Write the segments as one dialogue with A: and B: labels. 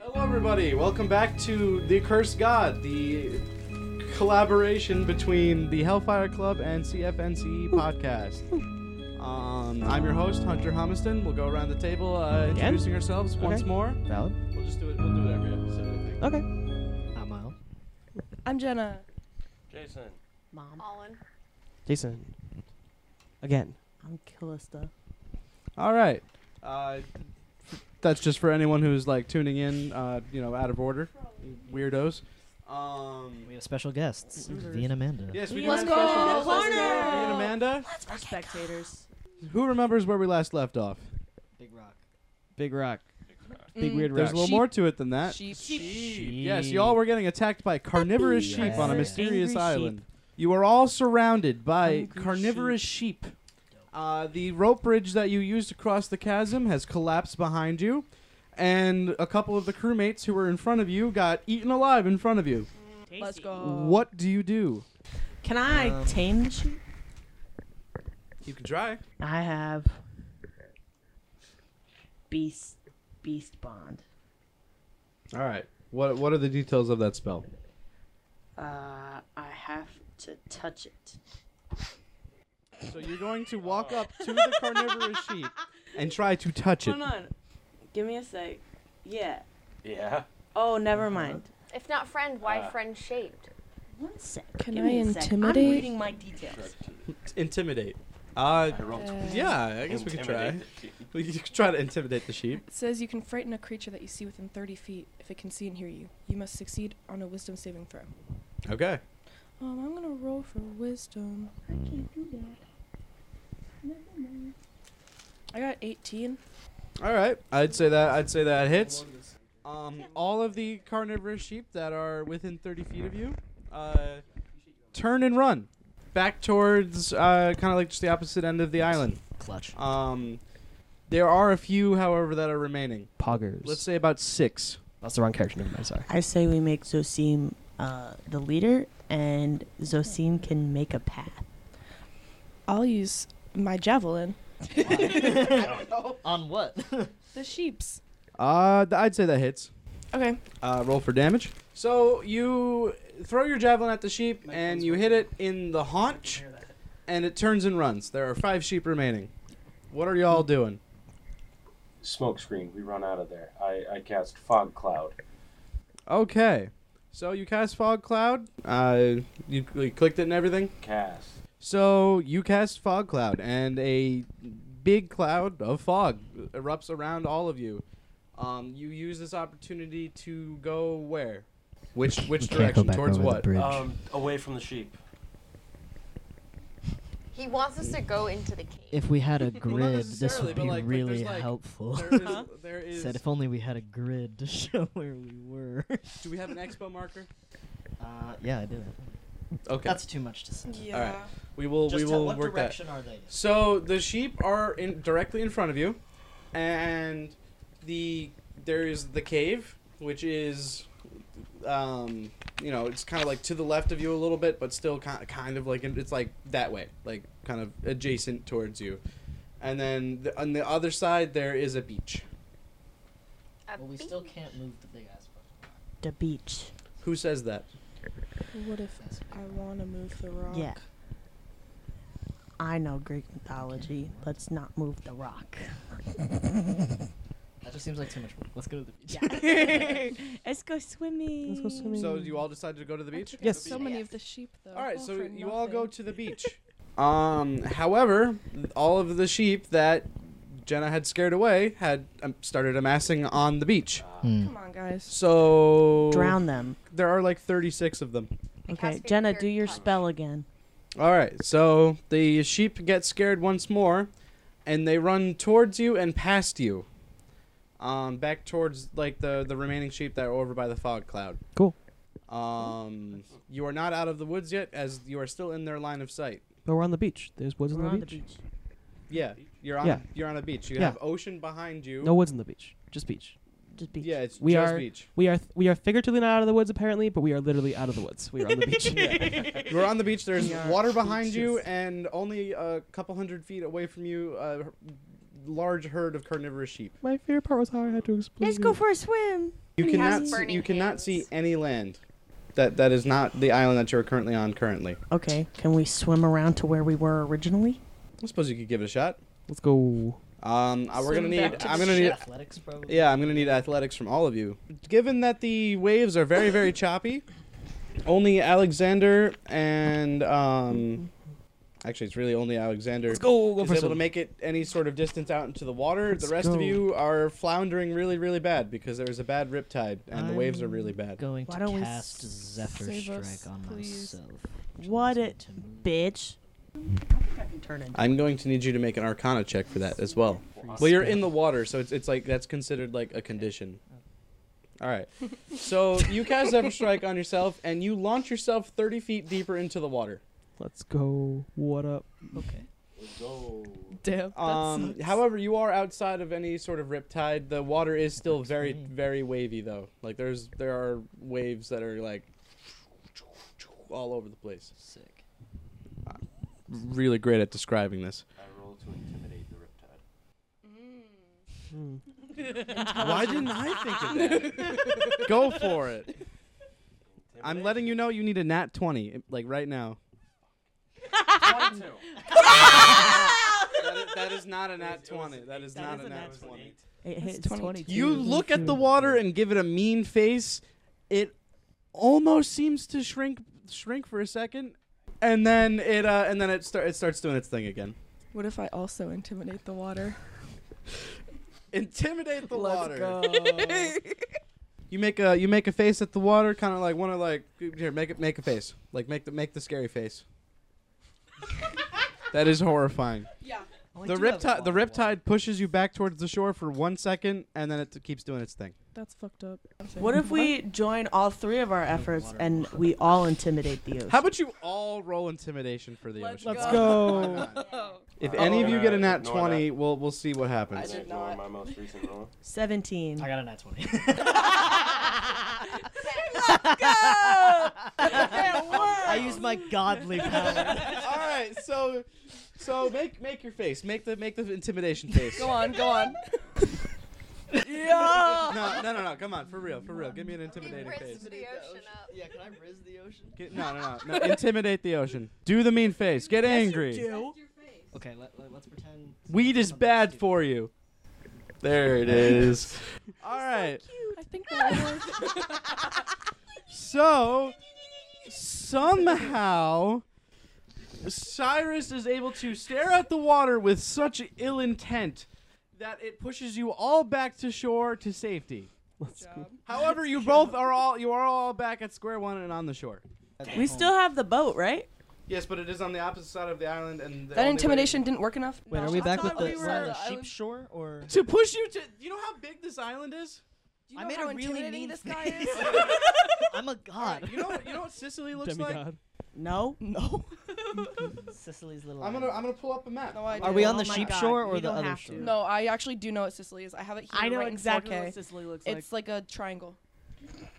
A: Hello, everybody. Welcome back to The Cursed God, the collaboration between the Hellfire Club and CFNCE E podcast. Um, I'm your host, Hunter Humiston. We'll go around the table uh,
B: Again?
A: introducing ourselves once
B: Okay.
A: more.
B: Valid.
A: We'll just do it. We'll do it every episode, I think.
B: Okay.
C: I'm Miles.
D: I'm Jenna.
E: Jason.
C: Mom.
D: Olin.
B: Jason. Again.
C: I'm Callista.
A: All right. Uh, that's just for anyone who's like tuning in, uh, you know, out of order, weirdos. Um,
C: We have special guests,
A: Mm-hmm.
D: Mhm.
C: V and Amanda.
A: yes, we do
D: Let's
A: have
D: go,
A: special guests.
D: Warner!
A: And Amanda.
D: We're spectators.
A: Who remembers where we last left off?
C: Big Rock.
B: Big rock. Big
D: Mm.
B: weird
A: There's
B: rock.
A: a little
D: Sheep.
A: more to it than that.
D: Sheep.
A: Yes, y'all were getting attacked by carnivorous sheep
C: Yes.
A: on a
C: Angry
A: mysterious
B: sheep.
A: island. You are all surrounded by
D: Hungry
A: carnivorous sheep. Uh, the rope bridge that you used to cross the chasm has collapsed behind you, and a couple of the crewmates who were in front of you got eaten alive in front of you.
D: Let's go.
A: What do you do?
F: Can I
B: Um,
F: tame the sheep?
A: You can try.
F: I have beast beast bond.
A: All right. What What are the details of that spell?
F: Uh, I have to touch it.
A: So you're going to walk up to the carnivorous sheep and try to touch it.
F: Hold on, give me a sec. Yeah.
E: Yeah.
F: Oh, never mind.
G: If not friend, why
E: Uh,
G: friend shaped?
F: One sec.
D: Can
F: give me
D: I
F: a sec.
D: intimidate?
F: I'm reading my details.
A: Intimidate. Uh,
E: I rolled
A: yeah, I guess we could try. We could try to intimidate the sheep.
D: It says you can frighten a creature that you see within 30 feet if it can see and hear you. You must succeed on a wisdom saving throw.
A: Okay.
D: Um, I'm gonna roll for wisdom.
F: I can't do that.
D: I got 18.
A: All right. I'd say that I'd say that hits. Um, all of the carnivorous sheep that are within 30 feet of you, uh, turn and run back towards uh, kind of like just the opposite end of the island.
C: Clutch.
A: Um, there are a few, however, that are remaining.
B: Poggers.
A: Let's say about six.
B: That's the wrong character. Never mind. Sorry.
H: I say we make Zosim uh, the leader, and Zosim can make a path.
D: I'll use my javelin.
C: On what?
D: The sheep's.
A: Uh, th- I'd say that hits.
D: Okay.
A: Uh, roll for damage. So you throw your javelin at the sheep and you hit it in the haunch, and it turns and runs. There are five sheep remaining. What are y'all doing?
E: Smoke screen. We run out of there. I, I cast fog cloud.
A: Okay. So you cast fog cloud. Uh, you, you clicked it and everything.
E: Cast.
A: So you cast fog cloud, and a big cloud of fog erupts around all of you. Um, you use this opportunity to go where? Which which direction? Towards what?
E: Um, away from the sheep.
G: He wants us to go into the cave.
C: If we had a
A: not
C: grid, this
A: necessarily,
C: would
A: but
C: be
A: like- but
C: really
A: there's like-
C: helpful.
A: There is, there is.
C: Said if only we had a grid to show where we were.
A: Do we have an expo marker?
C: Uh, yeah, I do.
A: Okay.
C: That's too much to say.
A: All right. We will we will
C: what
A: work that.
C: direction are they?
A: So the sheep are in directly in front of you, and the there is the cave, which is, um, you know, it's kind of like to the left of you a little bit, but still kind kind of like in- it's like that way, like kind of adjacent towards you, and then the, on the other side there is a beach.
G: A
C: Well, we
G: bee-
C: still can't move the big ass one.
H: The beach.
A: Who says that?
D: What if I wanna move the rock?
H: Yeah. I know Greek mythology. Let's not move the rock.
C: That just seems like too much work. Let's go to the beach.
H: Let's go swimming.
B: Let's go swimming.
H: Hmm.
A: So you all decided to go to the beach.
B: Yes.
D: So many of the sheep, though.
A: All right, so
D: for
A: you all go
D: nothing.
A: to the beach. um, however, all of the sheep that Jenna had scared away had um, started amassing on the beach.
D: Come on, guys.
A: So
H: Drown them.
A: There are like 36 of them.
G: It has
H: Okay,
G: to be
H: Jenna,
G: pure
H: do your
G: touch.
H: spell again.
A: All right, so the sheep get scared once more, and they run towards you and past you. Um, back towards like the the remaining sheep that are over by the fog cloud.
B: Cool.
A: Um, you are not out of the woods yet, as you are still in their line of sight.
B: But we're on the beach. There's woods in
H: We're
B: the
H: on
B: beach.
H: the beach.
A: Yeah, you're on.
B: Yeah.
A: You're on a beach. You
B: Yeah.
A: have ocean behind you.
B: No woods in the beach. Just beach.
H: Just beach.
A: Yeah, it's
B: We
A: just
B: are-
A: beach.
B: We are we are figuratively not out of the woods apparently, but we are literally out of the woods. We are on the beach.
A: You're on the beach. There's
H: We are
A: water behind you,
H: beaches.
A: and only a couple hundred feet away from you, a large herd of carnivorous sheep.
B: My favorite part was how I had to explain.
H: Let's go for a swim.
A: You
G: He has
A: cannot see,
G: burning
A: you cannot
G: hands.
A: see any land. That that is not the island that you're currently on currently.
H: Okay, can we swim around to where we were originally?
A: I suppose you could give it a shot.
B: Let's go.
A: Um, uh, we're gonna
G: Swim
A: need.
G: back to
A: I'm
G: the
A: gonna need.
G: ship.
C: Athletics, probably.
A: Yeah, I'm gonna need athletics from all of you. Given that the waves are very very choppy, only Alexander and um, actually it's really only Alexander
B: Let's go. Go
A: is
B: for
A: able to
B: some.
A: make it any sort of distance out into the water.
B: Let's
A: the rest
B: go.
A: of you are floundering really really bad because there is a bad riptide and the waves are really bad.
C: Going
H: Why
C: to
H: don't we
C: cast Zephyr
D: save
C: Strike
D: us,
C: on
D: please?
C: myself. which
H: What
C: allows me
H: a
C: to move.
H: bitch. I can turn into.
A: I'm going to need you to make an Arcana check for that as well. Well, you're in the water, so it's, it's like that's considered like a condition. All right. So you cast Zephyr Strike on yourself, and you launch yourself 30 feet deeper into the water.
B: Let's go. What up?
C: Okay.
E: Go.
D: Damn. that
A: Um,
D: sucks.
A: however, you are outside of any sort of riptide. The water is still very,
C: Okay.
A: very wavy, though. Like there's there are waves that are like all over the place.
C: Sick.
A: Really great at describing this.
E: I roll to intimidate the riptide.
B: Hmm.
A: Why didn't I think of that? Go for it. I'm letting you know you need a nat 20, like right now. that, is, that is not a nat 20. That is not a nat 20.
H: It hits
D: 22.
H: 22.
A: You look at the water and give it a mean face. It almost seems to shrink shrink for a second, and then it uh, and then it start, it starts doing its thing again.
D: What if I also intimidate the water?
A: Intimidate the water.
D: go.
B: Oh.
A: You make a you make a face at the water, kind of like want to like here make it make a face, like make the make the scary face. that is horrifying.
C: Oh, I
A: the
C: do have
A: riptide the
C: one water.
A: riptide pushes you back towards the shore for one second, and then it keeps doing its thing.
D: That's fucked up.
H: What if we join all three of our efforts
C: water.
H: and we all intimidate the ocean?
A: How about you all roll intimidation for the ocean?
B: Let's go.
A: If
E: Uh,
A: any of you get a
E: uh,
A: nat
E: ignore
A: twenty, we'll we'll see what
E: I
A: happens.
D: did
E: did not.
D: not.
E: My most recent roll.
H: 17.
C: I got a nat 20. I used my godly power.
A: all right, so so make make your face, make the make the intimidation face.
D: Go on, go on.
A: No, no, no, no. Come on, for real, for real. Give me an intimidating face.
C: yeah, can I riz the ocean?
A: Get, no, no, no, no. Intimidate the ocean. Do the mean face. Get angry.
C: Okay, let, let, us pretend.
A: Weed is bad for you. There it is. All right.
D: I think that
A: So somehow Cyrus is able to stare at the water with such ill intent that it pushes you all back to shore to safety.
B: Let's go.
A: However, you both are all you are all back at square one and on the shore.
H: we still have the boat, right?
A: Yes, but it is on the opposite side of the island, and the
D: that
A: only
D: intimidation didn't work enough.
C: Wait,
H: No,
C: are we
H: I
C: back with
H: thought
C: the,
H: we
C: is
H: were-
C: that the
H: I
C: sheep
H: was-
C: shore or?
A: way- to push you to. You know how big this island is.
D: Do
C: I made a really mean face. I'm a god.
A: You know. You know what Sicily looks like.
B: Demigod.
H: No.
D: no.
C: Sicily's little.
A: I'm gonna. I'm gonna pull up a map.
D: No, I
C: Are we on
H: Oh
C: the
H: my
C: sheep
H: God,
C: shore or
H: we
C: the
H: don't
C: other
H: have to.
C: shore?
D: No, I actually do know what Sicily is. I have it here.
H: I know
D: right in
H: exactly
D: 4K.
H: what Sicily looks like.
D: It's like a triangle.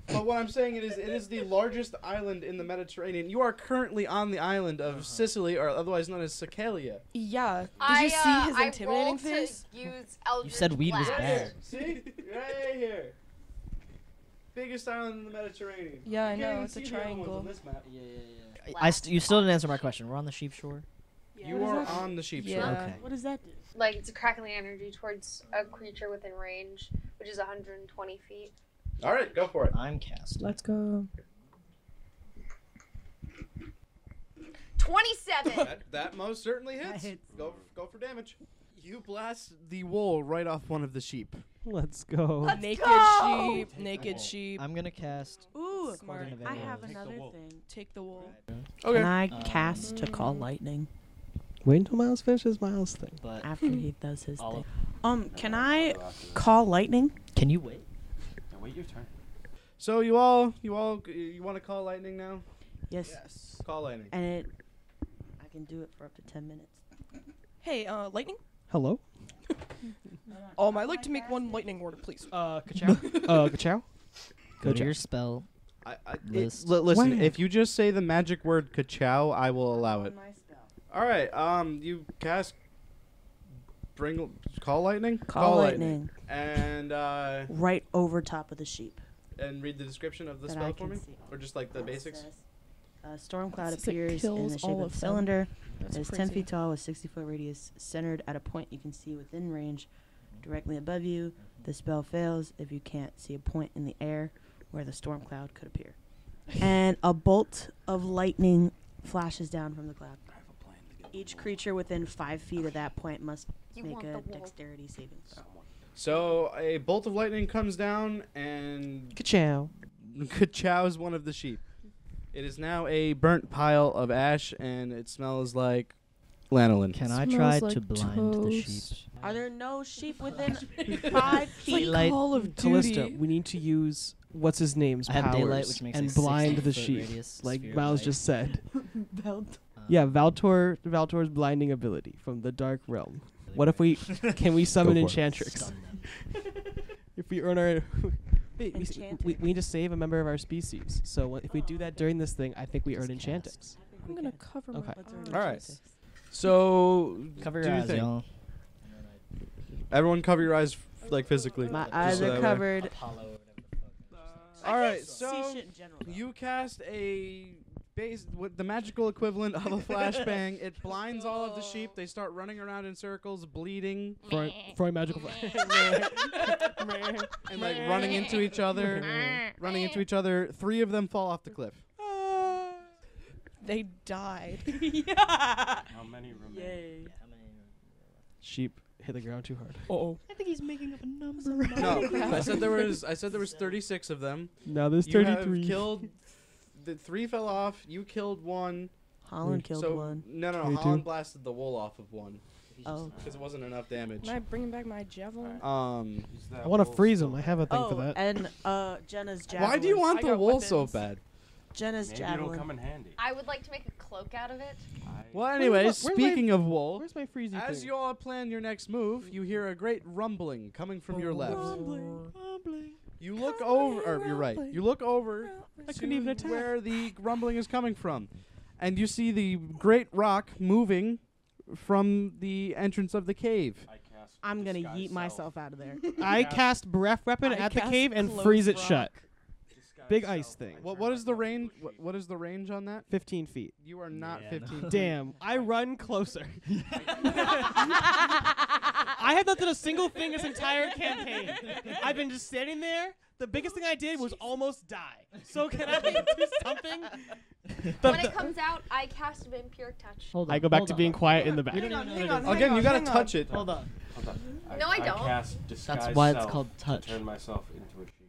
A: But what I'm saying it is, it is the largest island in the Mediterranean. You are currently on the island of Sicily, or otherwise known as Sicalia.
D: Yeah. Did
G: I,
D: you see
G: uh,
D: his
G: I
D: intimidating
G: rolled to
D: face?
G: use Eldritch
C: said weed was
G: Blast.
C: bad.
A: See, right here, biggest island in the Mediterranean.
D: Yeah, I
A: You can't
D: know,
A: even
D: it's a
A: see the other ones
D: triangle.
A: on this map.
C: Yeah, yeah, yeah. I st- you still didn't answer my question. We're on the sheep shore.
A: You are on the sheep shore.
D: Yeah.
C: Okay.
H: What does that do?
G: Like it's a crackling energy towards a creature within range, which is 120 feet.
A: All right, go for it.
C: I'm cast.
D: Let's go.
G: 27.
A: That, that most certainly hits. Go, go for damage. You blast the wool right off one of the sheep.
B: Let's go.
D: naked sheep. Naked sheep.
C: I'm gonna cast.
H: Ooh,
D: Smart.
H: I
C: Available.
H: have
C: Take the
H: another thing. Mm.
D: Take the wool.
H: Can I
C: Um,
H: cast to call lightning
B: Wait until Miles finishes Miles thing.
C: But
H: after he does his
C: All
H: thing?
C: of-
H: Um, can I call lightning?
C: can you wait?
E: Now wait your turn.
A: So you all, you all, you want to call lightning now?
H: Yes.
A: Yes. Call lightning.
H: And it, I can do it for up to 10 minutes.
D: Hey, uh, lightning.
B: Hello.
D: Um,
G: Oh
D: I'd like to make one lightning order, please.
B: Uh, kachow. uh, kachow.
C: Go to
B: Gotcha.
C: your spell.
A: I, I, it-
C: List.
A: li- listen,
B: Wow.
A: if you just say the magic word "kachow," I will allow it.
H: My spell.
A: All right. Um, you cast bring Call lightning.
H: Call, lightning.
A: And uh,
H: right over top of the sheep.
A: and read the description of the
H: That I
A: spell for
H: can
A: me,
H: see.
A: or just like the
H: It
A: basics.
H: says, Uh, storm cloud
D: This is like
H: appears in
D: kills
H: the shape
D: all
H: of
D: of
H: a
D: them.
H: cylinder.
D: That's
H: It is 10 feet tall with 60 foot radius, centered at a point you can see within range directly above you. The spell fails if you can't see a point in the air where the storm cloud could appear. and a bolt of lightning flashes down from the cloud. Each creature within five feet of that point must
G: You
H: make
G: want the
H: a
G: wall.
H: dexterity saving throw.
A: So a bolt of lightning comes down and
B: Ka-chow.
A: chows one of the sheep. It is now a burnt pile of ash, and it smells like lanolin.
C: Can I
D: Smells
C: try
D: like
C: to blind the sheep?
D: toast.
H: Are there no sheep within five feet?
C: Daylight.
D: Call of
B: Callista,
D: Duty.
B: we need to use what's his name's
C: I
B: powers
C: have daylight, which makes
B: and
C: a
B: blind the
C: 60-foot
B: sheep,
C: radius
B: like
C: sphere of
B: Miles
C: light.
B: just said.
C: Um,
B: Yeah, Valtor, Valtor's blinding ability from the Dark Realm. What if we can we summon
I: for it.
B: Enchantrix?
C: Stun them.
B: If we earn our Wait, we, s- we,
H: Enchanted.
B: we need to save a member of our species. So if we do that during this thing, I think we earn
C: Just
B: Enchantix.
D: I'm gonna cover
B: Okay.
D: my
A: All
D: eyes.
A: right. So
C: Cover
A: do
C: your
A: your
C: eyes,
A: thing.
C: y'all.
A: Everyone, cover your eyes, f- like physically.
H: My
A: Just
H: eyes
A: so that
H: are
A: way-
H: covered.
C: Apollo or whatever the fuck.
A: All right,
H: See
A: so
H: shit in general.
A: you cast a base with the magical equivalent of a flashbang. it blinds all of the sheep. They start running around in circles, bleeding
B: Froy, Froy magical.
A: and like running into each other, running into each other. Three of them fall off the cliff.
D: They died.
E: How many remain?
C: How many-
B: Sheep hit the ground too hard.
D: Oh,
C: I think he's making up a number.
A: No, I said there was. I said there was 36 of them.
B: Now there's
A: You have
B: 33.
A: killed. The three fell off. You killed one.
H: Holland killed
A: so
H: one.
A: no, no, no.
B: 32.
A: Holland blasted the wool off of one
C: uh,
H: Oh.
A: because it wasn't enough damage.
D: Am I bringing back my javelin?
A: Um,
E: Is that
B: I want to
E: wolf
B: freeze
E: still
B: him. I
E: there?
B: have a thing
H: oh,
B: for that.
H: and uh, Jenna's javelin.
A: why do you
D: I
A: want the
D: got
A: wool so
D: weapons.
A: bad?
H: Jenna's
E: Maybe it'll
H: javelin?
E: come in handy.
G: I would like to make a cloak out of it.
E: I-
A: Well,
B: the-
A: anyway,
B: where's my-
A: speaking of wool,
B: Where's my freezy
A: as
B: thing?
A: you all plan your next move, you hear a great rumbling coming from your left. You look over, or your right. You look over
B: I couldn't even
A: to
B: attack.
A: where the rumbling is coming from, and you see the great rock moving from the entrance of the cave.
E: I cast
H: I'm gonna
E: disguise
H: yeet
E: self.
H: myself out of there.
B: I cast breath weapon
D: I
B: at the
D: cast
B: cave and
D: close
B: freeze it
D: rock.
B: shut.
E: Disguise
B: Big
E: self.
B: ice
E: I
B: thing.
E: turn
A: What what is the
E: myself into
A: range?
E: a
A: What,
E: sheep.
A: what is the range on that?
B: 15 feet.
A: You are not
C: Yeah,
A: 15.
C: no.
B: Damn. I run closer. I have not done a single thing this entire campaign. I've been just standing there. The biggest thing I did was almost die. So can I do something? The-
G: When
B: the-
G: it comes out, I cast Vampiric Touch.
C: Hold on.
B: I go back
C: hold
B: to
C: on.
B: being quiet in the back.
C: Hang on, hang on,
D: hang
A: Again,
D: on,
A: you gotta
D: hang on.
A: touch it.
C: Hold on.
E: Hold on.
G: No, I don't.
E: I cast disguise
C: That's why it's
E: self
C: called
E: to
C: touch.
E: Turn myself into a sheep.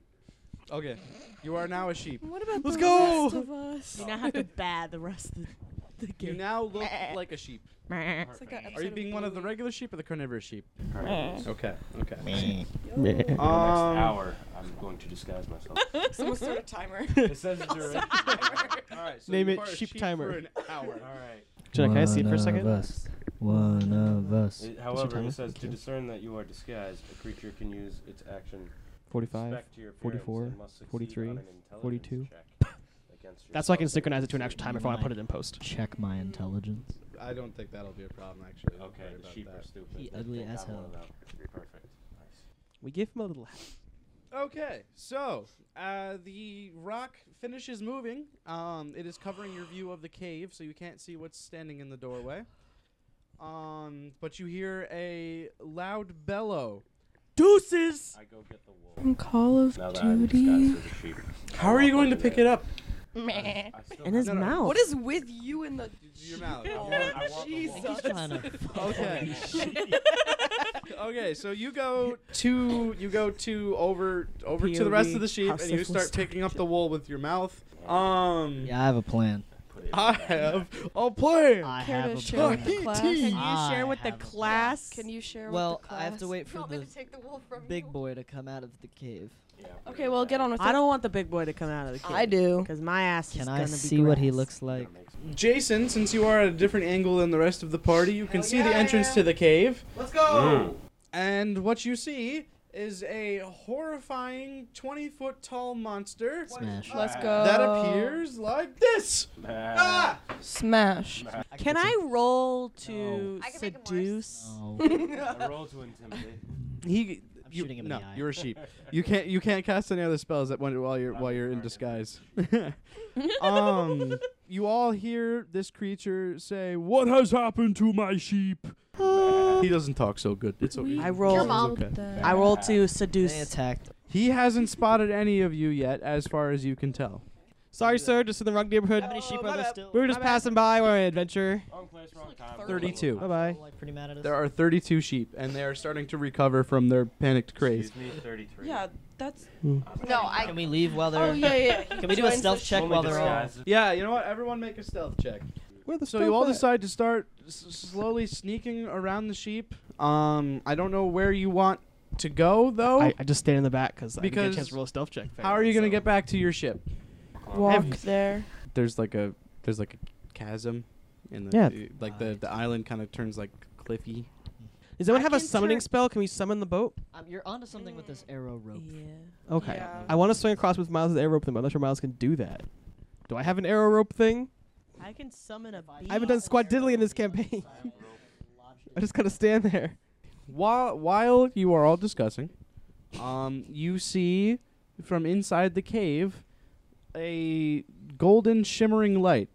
A: Okay, you are now a sheep.
D: What about
B: Let's
D: the
B: go!
D: rest of us?
H: You now have to bad the rest of the
A: You
H: game.
A: now look like a sheep.
D: It's like
E: Perfect.
D: an
A: Are you
D: episode
A: being
D: of
A: one of the
D: Bluey.
A: regular sheep or the carnivorous sheep?
E: Alright.
A: Okay. Okay.
E: For the next hour, I'm going to disguise myself.
D: Someone start a timer.
E: it says it's duration. All right.
B: Name
A: you
B: it
A: are a
B: sheep timer.
A: For an hour.
E: All right.
B: Jenna, can I see it for a
C: One of
B: second?
C: us. One of us.
E: However,
C: timer?
E: it says to
C: Thank you.
E: discern that you are disguised, a creature can use its action.
B: 45.
E: respect to your appearance
B: 44,
E: and must succeed
B: 43,
E: on an intelligence
B: 42.
E: check against
B: That's so I can
E: yourself.
B: synchronize it to an extra time if I want to put it in post.
C: Check my intelligence.
A: I don't think that'll be a problem actually. Don't
E: Okay,
A: worry
E: the
A: about
E: sheep
A: that.
E: are stupid.
C: He
E: They
C: ugly
E: think I'm
C: as hell.
E: one of them. Perfect. Nice.
B: We give him a little.
A: Okay, so uh, the rock finishes moving. Um, it is covering your view of the cave, so you can't see what's standing in the doorway. Um, but you hear a loud bellow. Deuces!
E: I go get the wool.
D: From Call of
E: Now that I'm disguised
D: Duty.
E: as a sheep.
A: How are you going to pick it up?
E: I still
H: In his
A: No, no,
H: mouth.
D: What is with you and the?
A: Your mouth.
E: I want, I want the wool.
D: Jesus.
A: Okay. okay, so you go to you go to over over to the rest
H: POV,
A: of the sheep,
H: how
A: and you
H: safe we
A: start picking up the wool with your mouth. Um,
C: Yeah, Uh, I have a plan.
E: Put it in
A: I
E: the bag.
A: have a plan.
C: I
D: Care to
C: have a
D: share
C: plan.
D: with the class?
C: I
H: share with the
C: have a plan.
H: class?
D: Can you share
C: Well,
D: with the class?
C: I have to wait
G: You
C: for
G: want me
C: the
G: to take the wool from
C: big
G: you?
C: boy to come out of the cave.
E: Yeah, put it
D: Okay,
E: in
D: well,
E: the
D: get
E: bag.
D: on with it.
H: I don't want the big boy to come out of the cave.
D: I do.
H: Because my ass is
C: Can
H: gonna
C: I
H: be
C: see what he
H: grass.
C: looks like?
E: Makes
A: Jason, since you are at a different angle than the
C: Oh,
A: rest of the party, you can see the entrance to the cave.
E: Mm.
A: And what you see is a horrifying 20 foot tall monster
C: Smash.
D: Let's go.
A: that
C: Uh,
A: appears like this. Ah!
D: Smash.
I: Can I roll to
G: I can make him worse.
I: seduce?
B: Oh,
E: I roll to intimidate.
A: He.
C: I'm
A: you-
C: shooting him in
A: no,
C: the eye.
A: you're a sheep. You can't you can't cast any other spells that when, while you're
E: I'm
A: while you're in
E: retarded.
A: disguise. um, you all hear this creature say, "What has happened to my sheep?" He doesn't talk so good. It's okay.
I: I roll- Your
A: It's
I: mom.
A: okay.
I: I roll to
C: They
I: seduce.
C: attacked.
A: He hasn't spotted any of you yet, as far as you can tell.
B: Sorry, sir. Just in the wrong neighborhood.
C: How many sheep are there still?
B: We were just passing by on an adventure.
E: Wrong place, wrong time.
A: 32.
C: Are
B: Bye bye.
C: people, Like pretty mad at us.
A: There are 32 sheep, and they are starting to recover from their panicked craze.
E: Excuse me, Um, 33.
I: Yeah, that's.
G: No, I.
C: Can we leave while they're?
I: Oh yeah, yeah.
C: Can we do a stealth check
E: Only
C: while they're all?
E: disguised.
A: Yeah, you know what? Everyone make a stealth check.
B: Where the
A: So you all decide to start s- slowly sneaking around the sheep. Um, I don't know where you want to go though.
B: I, I just stand in the back cause I didn't get a
A: Oh. Because-
B: chance to roll a stealth check.
A: How are you gonna get back to your ship?
I: Walk there.
A: There's like a there's like a chasm, in the
B: Yeah.
A: like the the island kind of turns like cliffy.
B: Does anyone
C: I
B: have a
C: can
B: summoning
C: turn-
B: spell? Can we summon the boat?
C: Um, you're onto something with this arrow rope.
B: Okay.
I: Yeah.
B: I want to swing across with Miles' arrow rope thing, but I'm not sure Miles can do that. Do I have an arrow rope thing?
H: I can summon a bee.
B: I haven't done squat diddly in this campaign. I just gotta stand there.
A: While while you are all discussing, um, you see from inside the cave a golden shimmering light.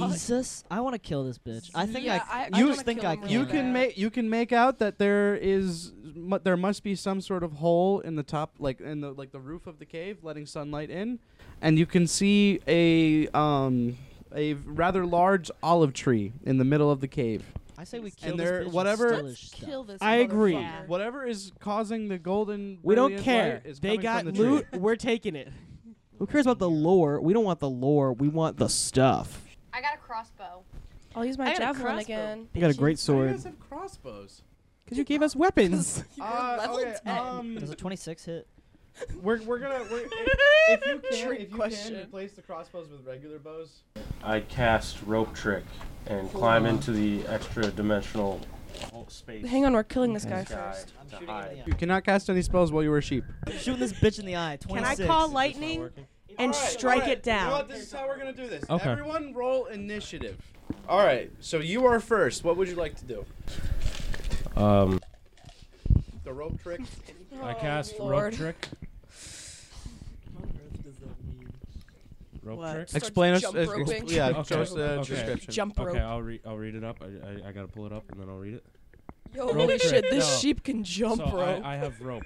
C: Jesus, I want to kill this bitch. I think
I: Yeah,
C: I.
I: I-
A: I
C: you
A: wanna
C: think
I: kill
C: I
I: him
C: can?
A: You
I: really
A: can
I: bad.
A: make you can make out that there is mu- there must be some sort of hole in the top like in the like the roof of the cave letting sunlight in and you can see a um a rather large olive tree in the middle of the cave.
C: I say we kill this
A: there-
C: bitch and
A: whatever-
C: steal
I: Let's
C: his stuff.
I: kill this.
B: I agree.
I: motherfucker.
A: Whatever is causing the golden
B: We don't
A: brilliant
B: care.
A: light is
B: They
A: coming from
B: got
A: the tree.
B: loot. We're taking it. Who cares about the lore? We don't want the lore. We want the stuff.
G: I got a crossbow.
D: I'll use
I: I
D: my
I: got a
D: javelin
I: crossbow.
D: again.
B: You got a great
A: Why do you
B: sword.
A: guys have crossbows?
B: Cause you gave us weapons.
I: You're level
A: Uh, okay,
I: 10.
A: um,
C: Does a 26 hit?
A: we're we're gonna we're, if you can
I: Trick
A: if you
I: question.
A: can replace the crossbows with regular bows.
E: I cast rope trick and climb into the extra dimensional hole- space.
D: Hang on, we're killing this
E: in
D: guy
E: the sky
D: first.
C: I'm
E: to
C: shooting,
E: hide.
C: in
A: You cannot cast any spells while you were a sheep.
C: the eye. shooting this bitch in the eye. 26.
I: I call
E: Is this not
I: lightning
E: working?
I: and
A: Alright,
I: strike
A: alright.
I: it
A: You know
I: down?
A: what? This is how we're gonna do this.
B: Okay.
A: Everyone, roll initiative. All right. So you are first. What would you like to do?
E: Um,
A: The rope trick.
J: I cast
D: Lord.
J: rope trick. Rope
I: What?
J: trick.
D: Starts Explain us- jump ex- ex- roping. yeah,
J: Okay. show us the Okay.
A: description.
J: description.
D: Jump rope.
J: Okay, I'll read. I'll read it up. I, I, I gotta pull it up and then I'll read it.
D: Yo,
J: Rope
D: holy
J: trick.
D: shit, this
J: No.
D: sheep can jump
J: so
D: rope.
J: I, I have rope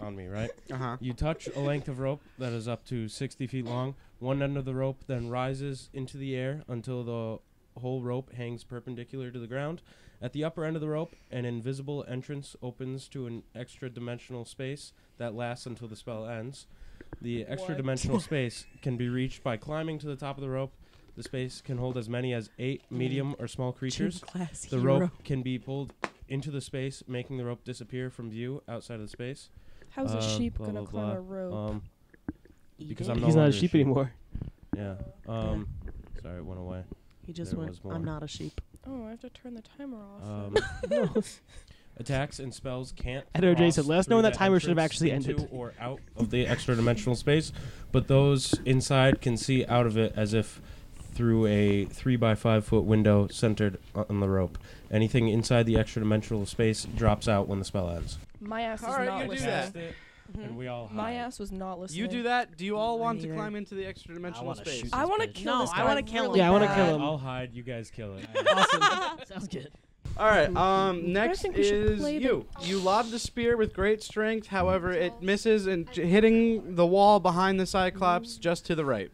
J: on me, right?
A: Uh huh.
J: You touch a length of rope that is up to 60 feet long. One end of the rope then rises into the air until the whole rope hangs perpendicular to the ground. At the upper end of the rope, an invisible entrance opens to an extra dimensional space that lasts until the spell ends. The extra dimensional space can be reached by climbing to the top of the rope. The space can hold as many as eight medium or small creatures.
I: Class
J: The
I: hero.
J: rope can be pulled into the space, making the rope disappear from view outside of the space.
D: How's a
J: uh,
D: sheep
J: blah,
D: gonna
J: blah,
D: climb
J: blah.
D: a
B: Oh.
D: rope?
J: Um,
H: Eat
J: because
H: it.
J: I'm no
B: He's not a
J: longer a
B: sheep
J: sheep.
B: anymore.
J: Yeah. Um, sorry, it went away.
H: He just
J: there
H: went.
J: was more.
H: I'm not a sheep.
D: oh, I have to turn the timer off.
J: Um, attacks and spells can't.
B: I know,
J: cross
B: Jason, let us know
J: through
B: when that
J: the
B: timer should have
J: entrance
B: actually
J: into
B: ended.
J: Or out of the extra dimensional space, but those inside can see out of it as if through a three by five foot window centered on the rope. Anything inside the extra dimensional space drops out when the spell ends.
D: my ass is
A: All right,
D: not
A: you do
D: listening.
A: that.
J: And we all
D: My ass was not listening.
A: You do that. Do you all want to
H: neither.
A: climb into the extra dimensional
C: wanna
A: space?
C: shoot
D: I want to
C: bitch.
D: kill
I: No,
D: this
I: I
D: guy
I: wanna kill him.
D: really
B: Yeah, I wanna
D: bad.
B: kill him.
J: I'll hide. You guys kill it.
C: Sounds good.
A: All right. Um. Next
D: think we should
A: is
D: play the-
A: you. You lob the spear with great strength. However, it misses and j- hitting the wall behind the Cyclops just to the right.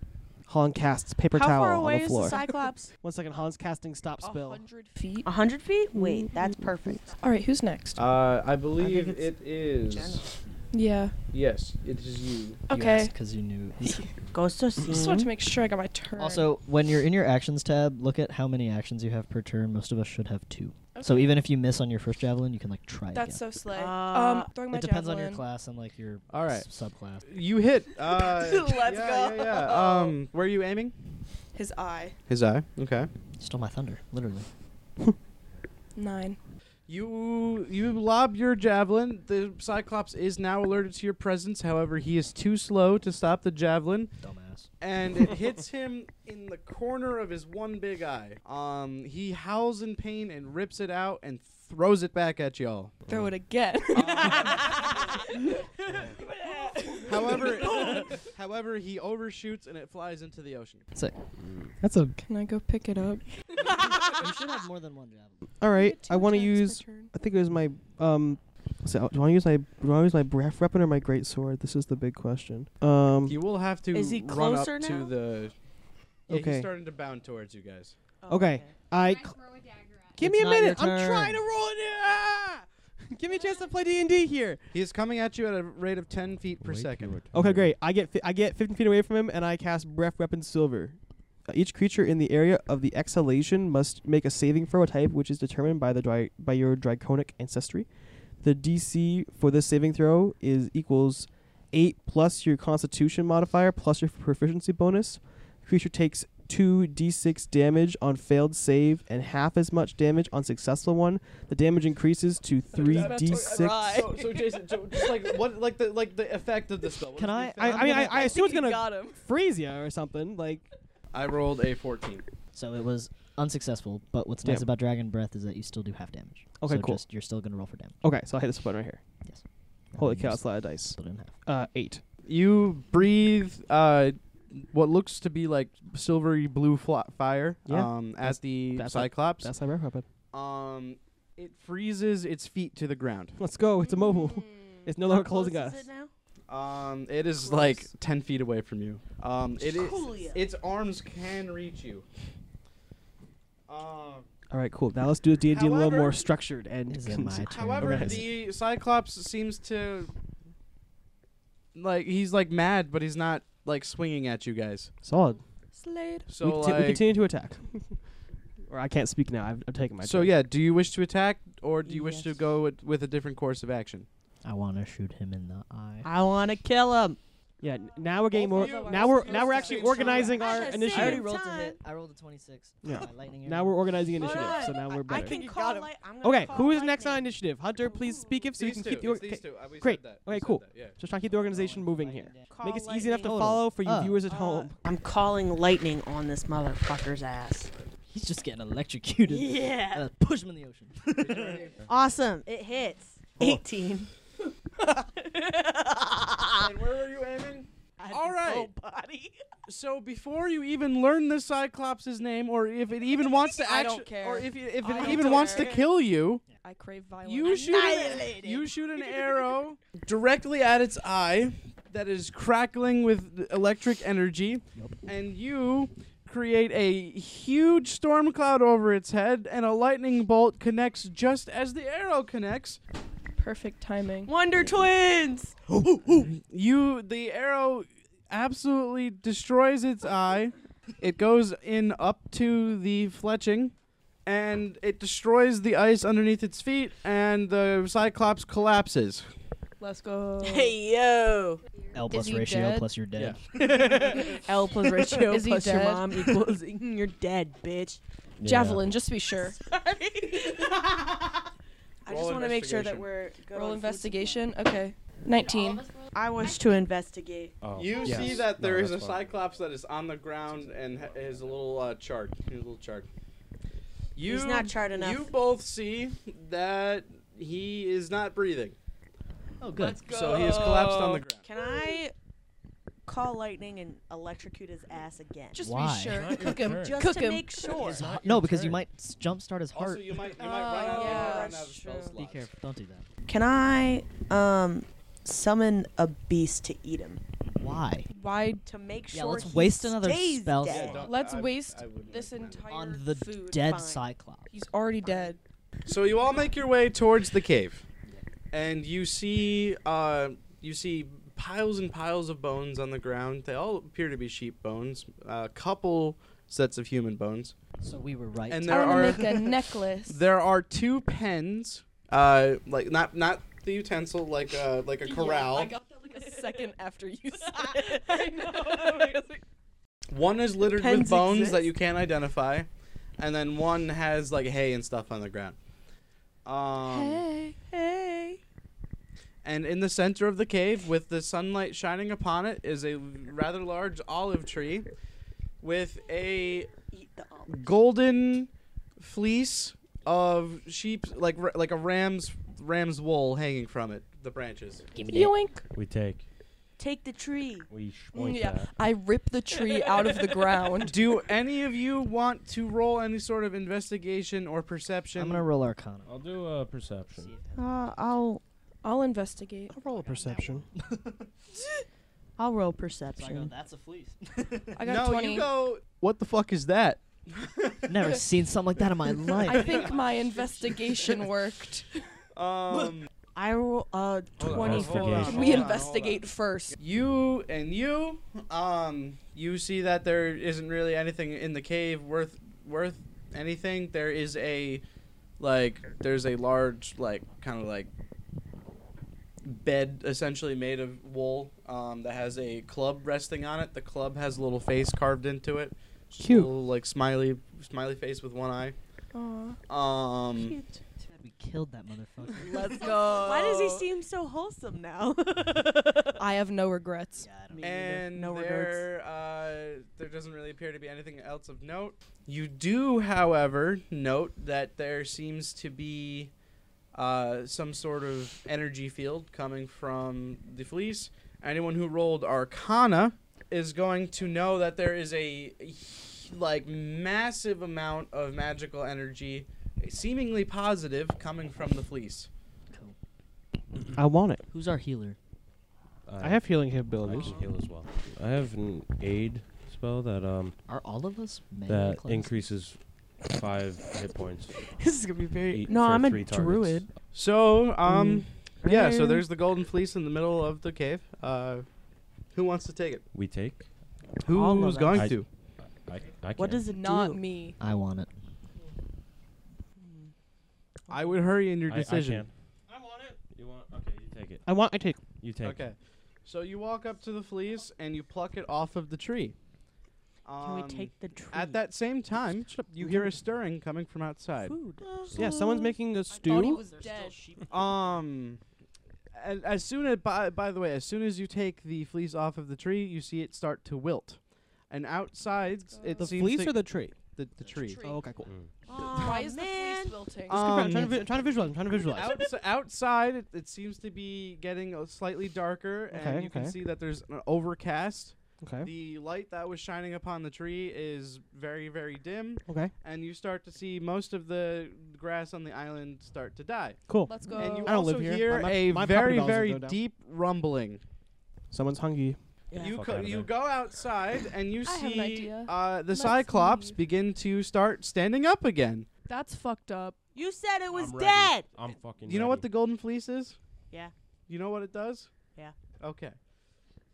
B: Han casts paper
I: How
B: towel
I: far
B: on
I: away
B: the
I: is the
B: floor.
I: Cyclops?
B: One second, Han's casting stop
D: A
B: spell.
D: hundred feet.
H: A hundred feet? Wait, that's perfect.
D: All right, who's next?
A: Uh, I
H: believe I think it's
A: is.
D: yeah.
A: Yes, it is you.
D: Okay.
C: Because you knew.
H: Go so
D: Just
H: soon.
D: want to make sure I got my turn.
C: Also, when you're in your actions tab, look at how many actions you have per turn. Most of us should have two. So
D: Okay.
C: even if you miss on your first javelin, you can like try
D: that's
C: again.
D: so slay.
I: Uh,
D: um, throwing my
C: it depends on your
D: javelin.
C: class and like your
A: All right.
C: s- subclass.
A: You hit. Uh,
I: Let's
A: yeah,
I: go.
A: Yeah, yeah. Um. Where are you aiming?
I: His eye.
A: His eye. Okay.
C: Stole my thunder, literally.
D: Nine.
A: You you lob your javelin. The Cyclops is now alerted to your presence. However, he is too slow to stop the javelin,
C: Dumbass.
A: and it hits him in the corner of his one big eye. Um, he howls in pain and rips it out and throws it back at y'all. Um,
I: Throw it again.
D: Uh,
A: However, however, he overshoots and it flies into the ocean.
C: Sick. That's a.
I: Can I go pick it up?
C: You should have more than one javelin.
B: All right, I
D: Two
B: want to
D: attacks per
B: use.
D: turn.
B: I think it was my um. So do I use my do I use my breath weapon or my great sword? This is the big question. Um,
A: You will have to
H: Is he
A: run up
H: closer
A: to
H: now?
A: the. Yeah, he's
B: Okay.
A: starting to bound towards you guys.
H: Oh,
B: okay, I
G: Can I
B: cl-
G: throw a dagger at
B: give
C: It's
B: me a
C: not your
B: minute. I'm
C: turn.
B: trying to roll it. Ah! give me a chance to play D and D here.
A: He is coming at you at a rate of 10 feet per second.
B: Okay, great. I get fi- I get 15 feet away from him, and I cast Breath Weapon Silver. Uh, each creature in the area of the exhalation must make a saving throw type, which is determined by the dry, by your draconic ancestry. The DC for this saving throw is equals eight plus your Constitution modifier plus your proficiency bonus. Creature takes two d6 damage on failed save and half as much damage on successful one. The damage increases to three d6.
A: So, so Jason, so just like what, like the like the effect of the spell.
C: Can I?
B: I, I mean, I, I assume it's
I: think he
B: gonna
I: got him.
B: freeze you or something like.
A: I rolled a 14.
C: So it was unsuccessful, but what's nice
B: Damn.
C: about Dragon Breath is that you still do half damage.
B: Okay,
C: so
B: cool.
C: Just, you're still gonna roll for damage.
B: Okay, so I hit this button right here.
C: Yes.
B: Holy
C: Um,
B: cow,
C: you
B: that's a lot of dice.
C: Split it in half.
B: Uh, eight.
A: You breathe uh, what looks to be like silvery blue fla fire
B: Yeah.
A: um, at the
B: that's what-
A: Cyclops.
B: That's my breath weapon.
A: um, it freezes its feet to the ground.
B: Let's go. It's immobile. It's no longer
H: Hmm. How close
B: closing us.
H: Is it now?
A: Um, it is
H: Gross.
A: like 10 feet away from you. Um, it is,
H: Julia.
A: its arms can reach you. Um,
B: All right, cool. Now let's do D and D a little
A: However-
B: more structured and.
C: Is it my turn?
A: However,
B: Right.
A: the Cyclops seems to like he's like mad, but he's not like swinging at you guys.
B: Solid.
I: Slade.
A: So
B: we, conti- we
A: like,
B: continue to attack. or I can't speak now. I've, I've taken my.
A: so
B: turn.
A: yeah. Do you wish to attack, or do you wish to
H: Yes.
A: go with, with a different course of action?
C: I want to shoot him in the eye.
H: I want to kill him.
B: Yeah. n- Now we're getting
A: Both
B: more.
A: of you are
B: Now we're
A: supposed
B: now we're
A: to
B: actually
A: save someone.
B: organizing our
H: At the
C: I already
H: Same
B: initiative.
C: rolled a
H: time.
C: hit. I rolled a 26.
B: Yeah.
C: My lightning
B: Now we're organizing
H: Hold
B: initiative, so
H: on.
B: now we're
H: I
B: better.
H: can
I: You
H: call
I: got him.
H: light. I'm gonna
B: Okay,
H: call
B: who is
H: lightning.
B: next on initiative? Hunter, please speak if so we can keep the.
A: two.
B: Or-
A: It's these
B: okay,
A: two. Uh, we said
B: great.
A: that. We
B: Okay,
A: said
B: cool.
A: that, yeah.
B: Just trying to keep the organization moving here.
H: Call
B: Make it easy enough to
H: lightning.
B: follow for you
C: Oh.
B: viewers at
H: Uh,
B: home.
H: I'm calling lightning on this motherfucker's ass.
C: He's just getting electrocuted.
H: Yeah.
C: Uh, push him in the ocean.
H: Awesome. It hits. 18.
B: Ah.
A: And where were you aiming? All right. So before you even learn the Cyclops' name, or if it even wants to,
I: I
A: actu-
I: don't care.
A: or if it, if
I: I
A: it
I: don't
A: even wants to
I: care.
A: kill you,
I: I crave violence.
A: You shoot, an, you shoot an arrow directly at its eye that is crackling with electric energy, and you create a huge storm cloud over its head, and a lightning bolt connects just as the arrow connects.
I: Perfect timing.
H: Wonder Twins.
A: You, the arrow absolutely destroys its eye. It goes in up to the fletching. And it destroys the ice underneath its feet, and the Cyclops collapses.
I: Let's go.
H: Hey yo.
C: L plus
D: he
C: ratio
D: dead?
C: plus you're dead.
H: L plus ratio
D: Is he
H: plus your
D: dead?
H: mom equals you're dead, bitch.
C: Yeah.
D: Javelin, just to be sure.
H: I
A: Roll
H: just want to make sure that
A: investigation.
H: we're good on
D: Roll
H: food
D: investigation. Okay. 19.
H: supply. I was to investigate.
J: Oh,
A: You
J: yes.
A: see that
J: No,
A: there is
J: that's
A: a
J: fine.
A: Cyclops that is on the ground and ha- has a little uh, chart. His little chart. You,
H: He's not charred enough.
A: You both see that he is not breathing,
C: Oh, good.
A: so he has collapsed on the ground.
H: Can I call lightning and electrocute his ass again?
D: Just
C: Why?
D: to be sure.
J: Not
D: Cook
J: your
D: him.
J: turn.
H: just
D: Cook
H: to
D: him.
H: make sure.
C: It's not
J: your
C: no, because you
J: turn.
C: might s- jumpstart his heart.
A: Also, you might you might run
H: Oh,
A: out, you might
H: yeah,
A: run out of
H: that's
A: spell
H: true.
A: slots.
C: Be careful. Don't do that.
H: Can I um summon a beast to eat him
C: Why?
D: Why?
H: to make sure?
C: Yeah, let's
H: he
C: waste another
H: stays
C: spell
H: dead.
C: slot.
D: Let's
A: I-
D: waste
A: I wouldn't
D: this
A: recommend it.
D: entire
C: On the
D: food.
C: dead
H: fine.
C: Cyclops.
D: He's already dead.
A: So you all make your way towards the cave, and you see uh, you see piles and piles of bones on the ground. They all appear to be sheep bones, a couple sets of human bones,
C: So we were right.
A: and
D: I
A: there are
D: want to make a necklace.
A: There are two pens, uh, like not not the utensil, like a like a corral.
I: a second after you said it. I know.
A: one is littered with
H: Pens
A: bones that
H: exist.
A: you can't identify, and then one has like hay and stuff on the ground. Um,
D: hey, hey.
A: And in the center of the cave, with the sunlight shining upon it, is a rather large olive tree with a
F: Eat the olive.
A: golden fleece of sheep, like ra- like a ram's ram's wool hanging from it, the branches.
D: Yoink.
J: We take.
H: Take the tree.
J: We sh-
I: Mm, yeah, I rip the tree out of the ground.
A: Do any of you want to roll any sort of investigation or perception?
C: I'm gonna roll Arcana.
J: I'll do a perception.
H: Uh, I'll
D: I'll investigate.
B: I'll roll a perception.
H: I'll roll
K: So I go,
H: perception.
K: that's a fleece.
D: I got
A: no,
D: 20.
A: you go.
B: What the fuck is that?
C: Never seen something like that in my
D: I
C: life.
D: think my investigation worked.
A: Um,
H: I roll uh
A: hold on,
H: twenty
A: hold on,
H: four.
A: hold on,
D: we
A: hold on.
D: investigate first.
A: You and you, um, you see that there isn't really anything in the cave worth worth anything. There is a, like, there's a large, like, kind of like bed essentially made of wool um, that has a club resting on it. The club has a little face carved into it. Just a
B: Cute.
A: little, like smiley smiley face with one eye.
D: Aw.
A: Um,
C: we killed that motherfucker.
I: Let's go.
H: Why does he seem so wholesome now?
D: I have no regrets.
C: Yeah, I don't
A: And
D: No regrets.
A: there, uh, there doesn't really appear to be anything else of note. You do, however, note that there seems to be uh, some sort of energy field coming from the fleece. Anyone who rolled Arcana is going to know that there is a like massive amount of magical energy, seemingly positive, coming from the fleece.
C: Cool.
B: I want it.
C: Who's our healer?
B: I have healing
J: I
B: abilities.
J: can heal as well. I have an aid spell that um
C: Are all of us melee
J: that
C: class?
J: increases five hit points.
K: this is gonna be very.
J: Eight
K: No,
J: for
K: I'm a
J: three targets.
K: druid.
A: So, um,
H: Mm.
A: yeah, so
K: Rare.
A: there's the golden fleece in the middle of the cave. Uh, who wants to take it?
J: We take.
H: All of
A: Who's
H: us.
A: going
J: I-
A: to?
J: I, I
H: What
J: can.
H: does it
D: Not
H: do?
D: me.
C: I want it.
A: I would hurry in your
J: I, I
A: decision.
J: can. I want it. You want? Okay, you take it.
B: I want. I take.
J: You take. it.
A: okay. So you walk up to the fleece and you pluck it off of the tree. Um,
H: Can we take the tree?
A: At that same time, you hear a stirring coming from outside.
H: food.
B: Yeah, someone's making a
D: I thought he
B: stew.
D: was dead.
A: Um, and as soon as by by the way, as soon as you take the fleece off of the tree, you see it start to wilt. And outside, it
B: The
A: seems
B: fleece
A: to-
B: or the tree?
A: the, the tree.
D: Tree.
B: Oh, okay, cool.
J: Mm.
D: Why is the fleece wilting?
A: Um,
B: I'm, trying to, vi- I'm trying to visualize. I'm trying to visualize.
A: Outs- outside, it, it seems to be getting uh, slightly darker, and
B: Okay,
A: you can
B: okay.
A: see that there's an overcast.
B: Okay.
A: The light that was shining upon the tree is very, very dim,
B: Okay.
A: and you start to see most of the grass on the island start to die.
B: Cool.
D: Let's go.
A: and you
B: I don't
A: also
B: live here.
A: hear
B: My- my-
A: a
B: my property
A: very,
B: values
A: very
B: go down.
A: deep rumbling.
B: Someone's hungry.
H: Yeah.
A: You
J: Fuck
A: co-
J: outta
A: you
J: there.
A: go outside and you
D: I have an
A: see
D: idea.
A: uh, the
D: Let's
A: Cyclops
D: leave.
A: begin to start standing up again.
D: That's fucked up.
H: You said it was
J: I'm ready.
H: dead.
J: I'm fucking.
A: You know what the
J: ready.
A: golden fleece is?
H: Yeah.
A: You know what it does?
H: Yeah.
A: Okay.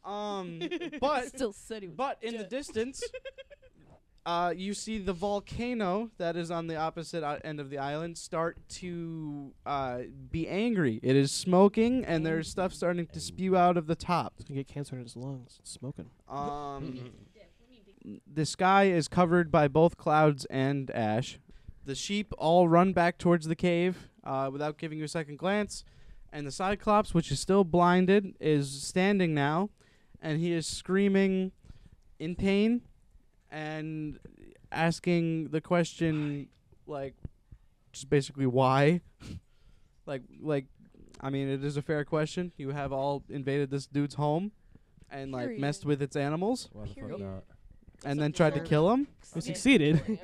A: Um, but
D: Still said he was
A: but in the distance, uh, you see the volcano that is on the opposite i- end of the island start to uh, be angry. It is smoking, and there's stuff starting to spew out of the top.
B: He's gonna get cancer in his lungs. It's smoking.
A: Um, the sky is covered by both clouds and ash. The sheep all run back towards the cave uh, without giving you a second glance, and the Cyclops, which is still blinded, is standing now, and he is screaming in pain and asking the question, like, just basically why. like, like, I mean, it is a fair question. You have all invaded this dude's home and like
D: Period.
A: messed with its animals
J: Why the fuck
D: Period.
J: not?
A: and then tried to kill him.
B: We succeeded.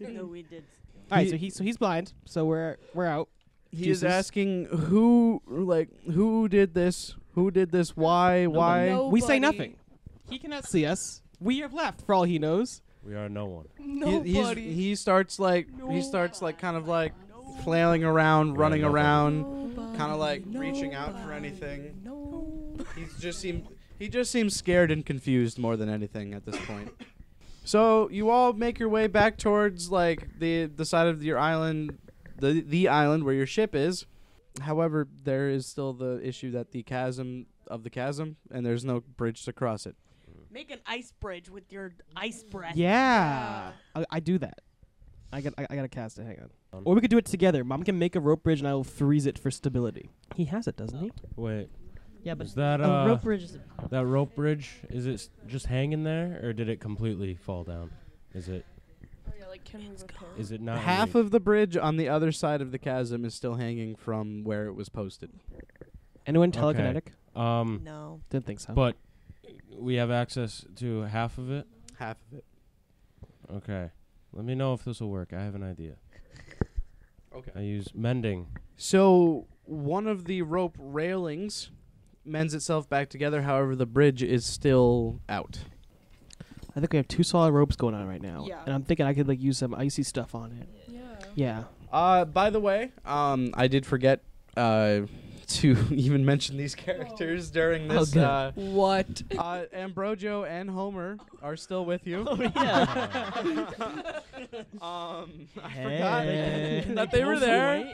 H: no, we did.
B: All right,
A: He-
B: so he so he's blind. So we're we're out.
A: He
B: Jesus.
A: is asking who like who did this? Who did this? Why? Why?
B: We say
D: Nobody-
B: nothing. He cannot see us. We have left for all he knows.
J: We are no one.
A: He, he's,
D: Nobody.
A: he starts like he starts like kind of like flailing around, running
J: Nobody.
A: around,
D: Nobody.
A: kind of like reaching out for anything.
D: No.
A: He just seemed he just seems scared and confused more than anything at this point. So you all make your way back towards like the the side of your island, the the island where your ship is. However, there is still the issue that the chasm of the chasm, and there's no bridge to cross it.
H: Make an ice bridge with your ice breath.
B: Yeah, I, I do that. I got I, I gotta cast it. Hang on. Or we could do it together. Mom can make a rope bridge, and I will freeze it for stability. He has it, doesn't he?
J: Wait.
C: Yeah, but
J: is that
C: a
J: uh,
C: rope bridge is a-
J: that rope bridge is it s- just hanging there, or did it completely fall down? Is it
D: Yeah, like can we repair?
J: is it not
A: Half of the bridge on the other side of the chasm is still hanging from where it was posted.
B: Anyone
J: Okay.
B: telekinetic?
J: Um,
H: No.
B: Didn't think so.
J: but we have access to half of it.
A: Half of it.
J: Okay, let me know if this will work. I have an idea.
A: Okay.
J: I use mending.
A: So one of the rope railings mends itself back together. However, the bridge is still out.
B: I think we have two solid ropes going on right now.
D: Yeah.
B: And I'm thinking I could like use some icy stuff on it.
D: Yeah.
B: Yeah.
A: Uh, by the way, um, I did forget uh, to even mention these characters during
C: Oh,
A: this.
C: good.
A: uh,
D: What?
A: uh, Ambrogio and Homer are still with you.
C: Oh,
A: um, I forgot
C: Hey.
A: that they were there.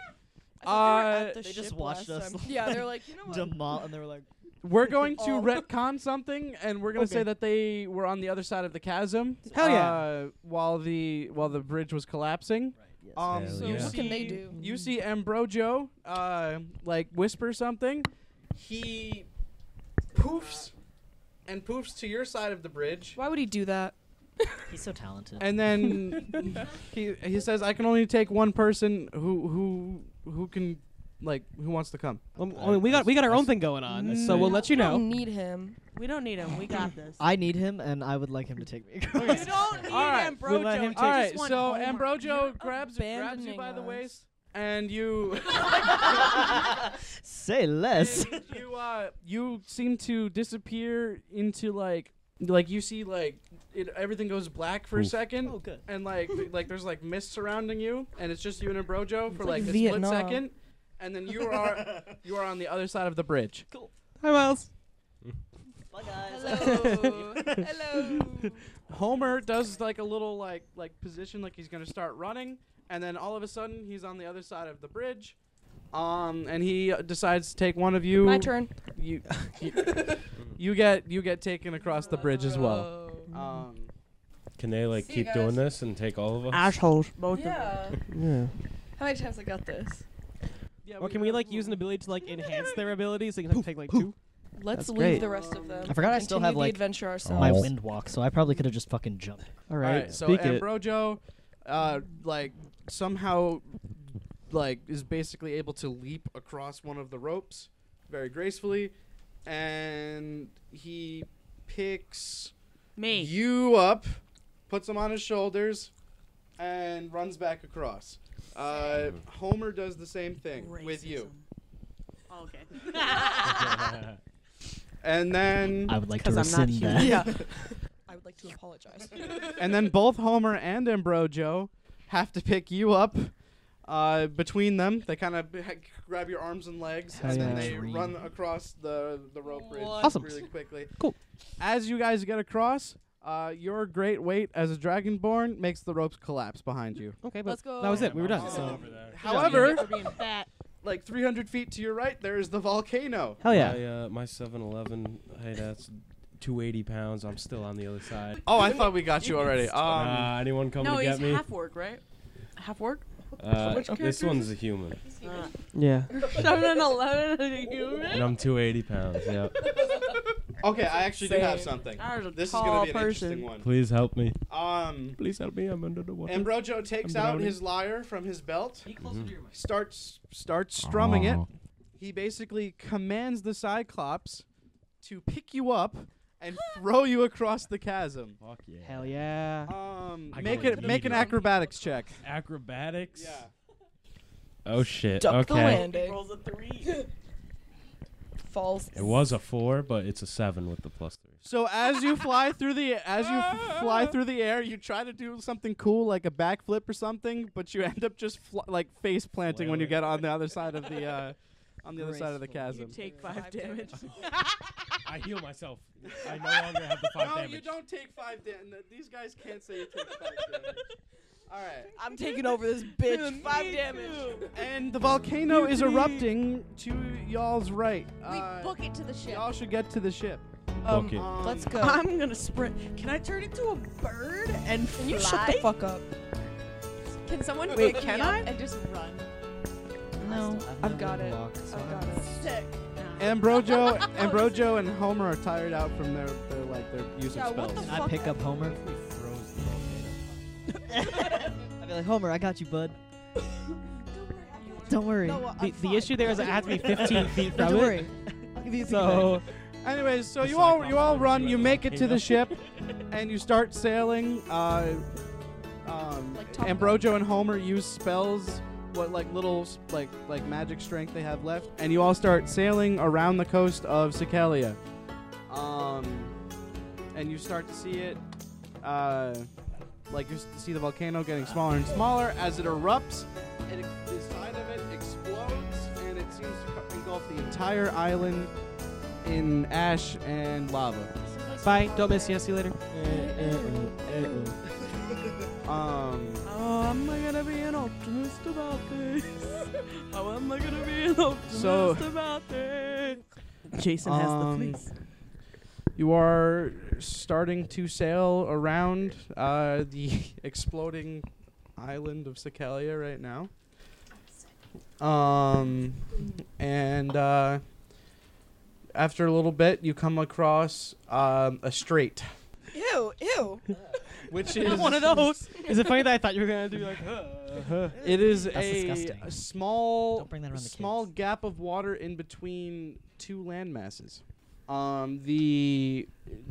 A: Uh,
C: They just watched us.
D: Yeah, they're like, you know what?
C: Demol- and they were like,
A: we're going to
D: All.
A: retcon something, and we're going to say
B: Okay.
A: that they were on the other side of the chasm.
B: Hell yeah.
A: Uh, while the while the bridge was collapsing.
C: yes.
A: Um,
J: Hell
A: so
J: yeah.
A: you
J: What
D: can
A: see-
D: they do?
A: You see Ambrogio, uh, like whisper something. He poofs and poofs to your side of the bridge,
D: Why would he do that?
C: he's so talented.
A: and then he he says, "I can only take one person who who who can like who wants to come."
B: Um, I mean, we got we got our own thing going on, so we'll let you
D: I
B: know.
D: don't need him.
H: We don't need him. We got this.
C: I need him, and I would like him to take me.
I: You don't need
A: All right,
I: Ambrogio.
B: we'll let him
I: you
A: All
I: just
A: right,
I: want
A: so
I: Homer.
A: Ambrogio
I: You're
A: grabs grabs you
D: abandoning
A: by the
D: us.
A: waist, and you
C: Say less.
A: And you uh you seem to disappear into like like you see like it everything goes black for a
J: Oof.
A: second
B: Oh.
C: good.
A: and like th- like there's like mist surrounding you and it's just you and a brojo for like,
D: like
A: a
D: Vietnam.
A: split second and then you are you are on the other side of the bridge.
B: Hi, Miles.
I: Hello. Hello.
A: Homer does like a little like like position like he's gonna start running and then all of a sudden he's on the other side of the bridge. Um, and he uh, decides to take one of you.
D: My turn.
A: You, you, you get you get taken across the bridge as well. Um,
J: Can they like
I: See you
J: keep
I: guys.
J: doing this and take all of us?
H: Assholes. Both of them.
I: Yeah.
B: Yeah.
I: How many times I got this?
A: yeah,
B: Or can we like use an ability to like enhance their abilities? So you can take like two.
D: Let's
B: That's
D: leave
B: great.
D: the rest of them.
C: I forgot I still
D: Continue
C: have,
D: the
C: like,
D: adventure
C: My
D: ourselves.
J: Oh.
C: wind walk, so I probably could have just fucking jumped.
B: All
A: All
B: right.
A: right, so
B: Speak it.
A: Ambrojo, uh, like somehow, like is basically able to leap across one of the ropes very gracefully, and he picks
H: Me.
A: you up, puts him on his shoulders, and runs back across. Uh, Homer does the same thing with you,
H: Oh, okay.
A: and then
C: I would like to
H: 'Cause I'm not
C: rescind
H: human.
C: that.
D: yeah. I would like to apologize.
A: and then both Homer and Ambrojo have to pick you up. Uh, between them, they kind of b- ha- grab your arms and legs,
B: Hell
A: and then
B: yeah.
A: they
C: Dream.
A: run across the the rope bridge
I: What?
B: Awesome.
A: really quickly.
B: Cool.
A: As you guys get across, uh, your great weight as a dragonborn makes the ropes collapse behind you.
B: Okay, but
I: Let's go.
B: that was it. We were done.
A: Oh.
B: So.
A: However,
H: For being fat.
A: like 300 feet to your right, there is the volcano.
B: Hell yeah.
J: My, uh, my 7-Eleven height that's 280 pounds. I'm still on the other side.
A: Oh, I thought we got you already. Um,
J: uh, anyone come
I: no,
J: to
I: he's
J: get me?
I: half work, right? Half work.
J: Uh,
I: Which
J: this
I: character?
J: one's a human,
H: Uh,
B: Yeah.
J: and I'm 280 pounds. Yeah.
A: okay, I actually do have
I: Same.
A: something.
H: There's a
A: This is
H: tall
A: gonna be an
H: person.
A: interesting one.
J: Please help me.
A: Um,
J: Please help me. I'm under the water.
A: Ambrojo takes
J: I'm
A: out
J: drowning.
A: his lyre from his belt.
J: closer to
A: starts starts strumming
J: Oh.
A: it. He basically commands the Cyclops to pick you up and throw you across the chasm.
J: Fuck yeah.
B: Hell yeah.
A: Um,
J: I
A: make
J: can
A: it make an
J: immediately-
A: acrobatics check.
J: Acrobatics. Oh shit.
D: Duck the
J: okay.
D: landing.
H: a three.
D: Falls.
J: It was a four, but it's a seven with the plus three.
A: So as you fly through the as you f- fly through the air, you try to do something cool like a backflip or something, but you end up just fl- like face planting when you get on the other side of the uh, on the other side of the
H: You
A: chasm.
H: take five,
D: Five
H: damage.
J: I heal myself. I no longer have the five
A: no,
J: damage.
A: you don't take five damage. These guys can't say you take five damage. All right.
I: I'm taking over this bitch. Five damage.
A: And the volcano is erupting to y'all's right. Uh,
I: we book it to the ship.
A: y'all should get to the ship.
I: Um,
J: Fuck it.
A: Um,
D: Let's go.
I: I'm gonna sprint. Can I turn into a bird and fly?
D: Can you shut the fuck up?
I: Can someone
K: Wait,
I: pick
K: can
I: me up
K: I?
I: and just run?
H: No,
I: I've got it.
C: walk,
D: Oh,
C: so
I: I've
C: I
I: got it. Sick.
A: Ambrojo,
I: Oh,
A: Ambrojo, and Homer are tired out from their, their like their use
I: Yeah,
A: of
I: what
A: spells.
I: the
C: I pick up Homer. I'd be like, Homer, I got you, bud. Don't worry.
I: No, uh,
B: The,
I: I'm
B: the issue there is I have to be 15 feet
C: Don't
B: from
C: worry.
B: it. So
A: Anyways, so
J: The
A: you all
J: Cyclops
A: you all
J: wants
A: run,
J: you
A: you
J: to
A: make it to the
J: hang
A: ship, and you start sailing. Uh, um,
I: Like Top Gun.
A: Ambrojo and Homer use spells, what like little s- like like magic strength they have left, and you all start sailing around the coast of Sicalia. Um, and you start to see it, uh, like you s- see the volcano getting smaller and smaller as it erupts. It, ex- the side of it explodes, and it seems to co- engulf the entire island in ash and lava.
B: bye. Don't miss you. See you later.
C: Mm.
A: Um,
K: How am I gonna be an optimist about this? How am I gonna be an optimist
A: So-
K: about this?
H: Jason
A: Um,
H: has the fleece.
A: you are starting to sail around uh, the exploding island of Sicalia right now. Um, and uh, after a little bit, you come across um, a strait,
I: Ew, ew.
A: which is
B: One of those. Is it funny that I thought you were gonna do like? huh, huh.
A: It is
C: That's
A: a
C: disgusting.
A: small
C: Don't bring that around the
A: small
C: kids.
A: gap of water in between two land masses. Um, the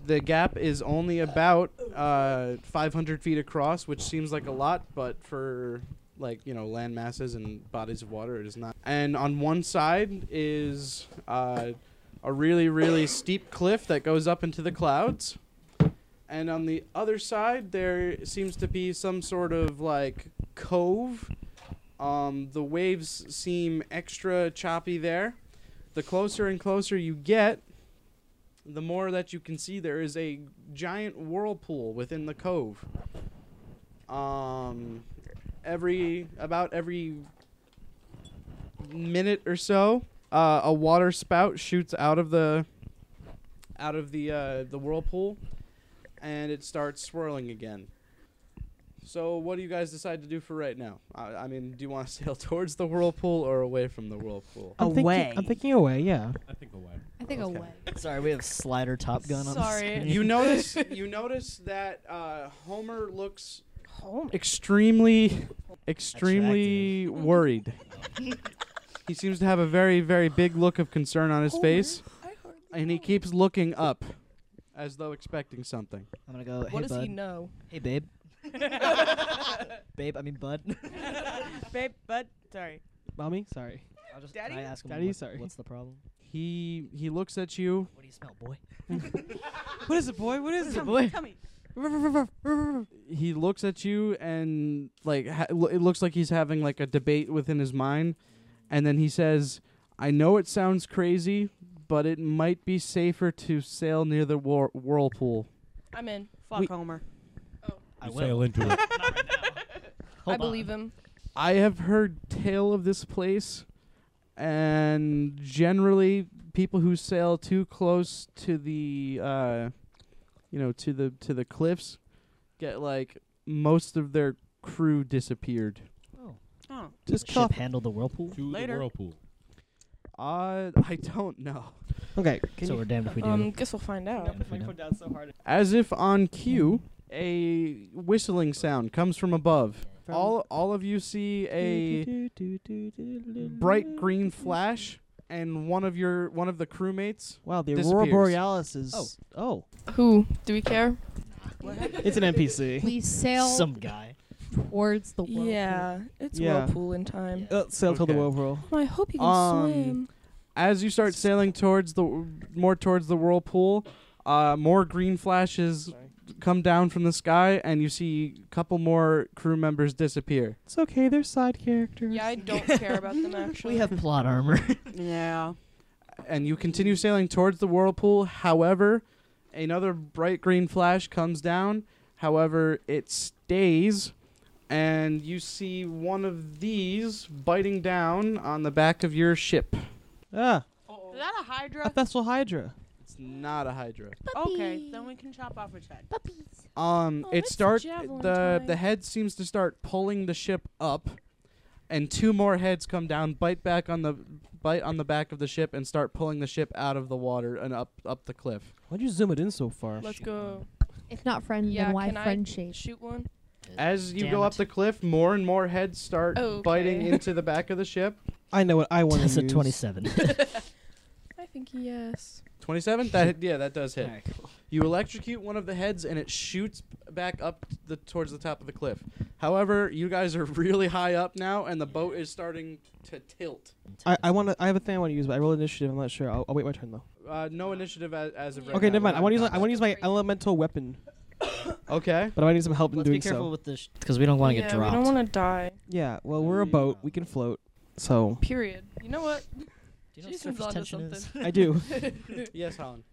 A: the gap is only about uh, 500 feet across, which seems like a lot, but for like you know land masses and bodies of water, it is not. And on one side is uh, a really really steep cliff that goes up into the clouds. And on the other side, there seems to be some sort of like cove. Um, the waves seem extra choppy there. The closer and closer you get, the more that you can see there is a giant whirlpool within the cove. Um, every about every minute or so, uh, a water spout shoots out of the out of the uh, the whirlpool, and it starts swirling again. So, what do you guys decide to do for right now? I, I mean, do you want to sail towards the whirlpool or away from the whirlpool?
B: I'm thinking-
H: Away.
B: I'm thinking away. Yeah.
J: I think away.
D: I think
A: Okay.
D: a way.
C: Sorry, we have Slider Top Gun on the
I: Sorry.
C: screen.
A: You notice, you notice that uh, Homer looks
D: Home.
A: extremely, extremely worried. he seems to have a very, very big look of concern on his face,
I: I hardly
A: and he
I: know.
A: keeps looking up, as though expecting something.
C: I'm gonna go. Hey,
I: What does
C: bud.
I: he know?
C: Hey, babe. babe, I mean, bud.
K: Babe, bud, sorry.
B: Mommy, sorry.
C: I'll just,
K: Daddy?
C: Can I ask him
B: Daddy,
C: what-
B: sorry.
C: what's the problem?
A: He he looks at you.
C: What do you smell, boy?
B: What is it, boy? What is it,
K: Tell me,
B: boy?
K: tell me.
A: he looks at you and like ha- lo- it looks like he's having like a debate within his mind and then he says i know it sounds crazy but it might be safer to sail near the whir- whirlpool
D: I'm in.
H: Fuck
A: we-
H: Homer.
C: I
J: You
C: will.
J: sail into it.
D: I believe him.
A: i have heard tale of this place and generally people who sail too close to the uh you know to the to the cliffs get like most of their crew disappeared
C: Oh.
H: Oh.
B: Just
C: the
B: cut
C: ship handle the whirlpool.
J: To the
H: Later.
J: whirlpool.
A: uh, i don't know
B: Okay. Can
C: So
B: you
C: we're damned if we do.
D: Um, guess we'll find out.
C: Damned if we don't.
B: down so hard?
A: As if on cue, a whistling sound comes from above. All all of you see a bright green flash and one of your one of the crewmates
B: Wow, the Aurora
A: disappears.
B: Borealis is. Oh.
C: Oh,
D: Who? Do we care?
B: It's an NPC.
L: We sail
C: some guy.
L: towards the world.
D: Yeah, it's
B: Yeah.
D: whirlpool in time.
B: Let's sail till Uh, the
A: Okay.
B: whirlpool.
D: I hope you can
A: Um,
D: swim.
A: As you start sailing towards the more towards the whirlpool, uh, more green flashes come down from the sky and you see a couple more crew members disappear.
B: It's okay. They're side characters.
D: Yeah, I don't care about them actually.
C: We have plot armor.
H: Yeah.
A: and you continue sailing towards the whirlpool. However, another bright green flash comes down. However, it stays, and you see one of these biting down on the back of your ship.
B: Ah,
K: Uh-oh.
L: Is that a
B: a
L: Hydra?
B: Thessal Hydra.
J: It's
A: not a hydra.
H: Okay, then we can chop off its head. Puppies.
A: Um,
H: Oh,
A: it
H: it's
A: start
H: javelin
A: the
H: time.
A: the head seems to start pulling the ship up, and two more heads come down, bite back on the bite on the back of the ship, and start pulling the ship out of the water and up up the cliff.
B: Why'd you zoom it in so far?
D: Let's go.
L: If not friend,
D: Yeah,
L: then why
D: can I
L: friend shape?
D: Shoot one.
A: As you
D: Damn
A: go up the cliff, more and more heads start biting
D: Okay.
A: into the back of the ship.
B: I know what I want to
C: That's
B: use.
C: a 27.
D: I think yes.
A: Twenty-seven. That yeah, that does hit. You electrocute one of the heads, and it shoots back up the towards the top of the cliff. However, you guys are really high up now, and the boat is starting to tilt.
B: I, I want to. I have a thing I want to use, but I roll initiative. I'm not sure. I'll, I'll wait my turn though.
A: Uh, no initiative as, as of right
B: Okay,
A: now.
B: never mind. I want to use. my- I want to use my elemental weapon,
A: Okay.
B: but I need some help in
C: Let's
B: doing
C: be careful
B: so.
C: with this because we don't want to get
D: Yeah, we
C: dropped.
D: don't want to die.
B: Yeah. Well, we're a boat. We can float. So
D: Period. You know what?
C: you know what
D: Jason's
C: surface
D: onto
C: tension
D: something.
C: is?
B: I do.
A: yes, Holland.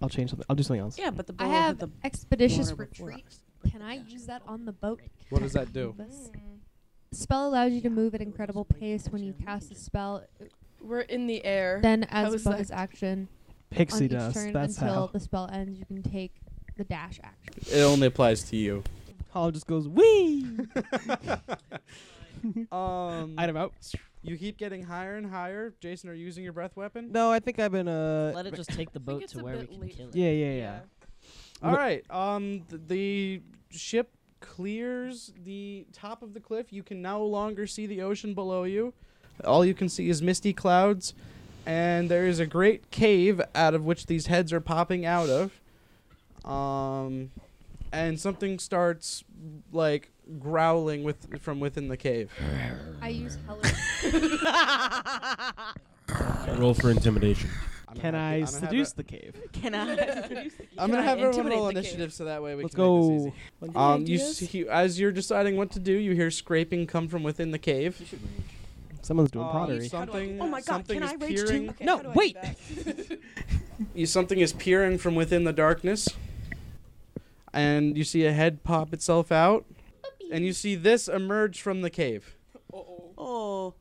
B: I'll change something. I'll do something else.
H: Yeah, but the boat
L: I
H: was at
L: have
H: the
L: expeditious
H: water before
L: retreat. Can I use that on the boat?
A: What does that do?
L: Bus.
D: Mm.
L: Spell allows you to move at incredible pace when you cast a spell.
D: We're in the air.
L: Then,
D: How
L: as
D: is
L: bonus
D: that?
L: action,
B: Pixie
L: on each
B: dust,
L: turn
B: that's
L: until
B: how.
L: the spell ends, you can take the dash action.
A: It only applies to you.
B: Hall just goes wee.
A: Um,
B: Item out.
A: you keep getting higher and higher. Jason, are you using your breath weapon?
B: No, I think I've been uh.
C: Let it just take the boat
D: it's
C: to
D: a
C: where we
D: bit
C: can
D: late
C: kill it.
B: Yeah, yeah, yeah.
A: All
B: Look-
A: right. Um, th- the ship clears the top of the cliff. You can no longer see the ocean below you. All you can see is misty clouds, and there is a great cave out of which these heads are popping out of. Um, and something starts like growling with from within the cave.
L: I use hello.
J: Roll for intimidation.
A: I'm
B: Can
A: gonna have to- I'm gonna
B: I
A: have
B: seduce
A: a-
B: the cave?
H: Can I?
A: I'm gonna
D: Can I
A: have everyone
D: intimidate
A: roll
D: the cave?
A: initiative so that way we
B: Let's
A: can make this easy.
B: go.
A: Um, you
D: ideas?
A: see, as you're deciding what to do, you hear scraping come from within the cave.
B: Someone's doing
A: Uh,
B: pottery.
A: Something,
H: Oh my god,
A: something
H: can
A: is
H: I rage too?
A: peering,
D: Okay,
B: No,
D: how do I do
B: wait.
D: that?
A: you- something is peering from within the darkness, and you see a head pop itself out, and you see this emerge from the cave.
H: Oh.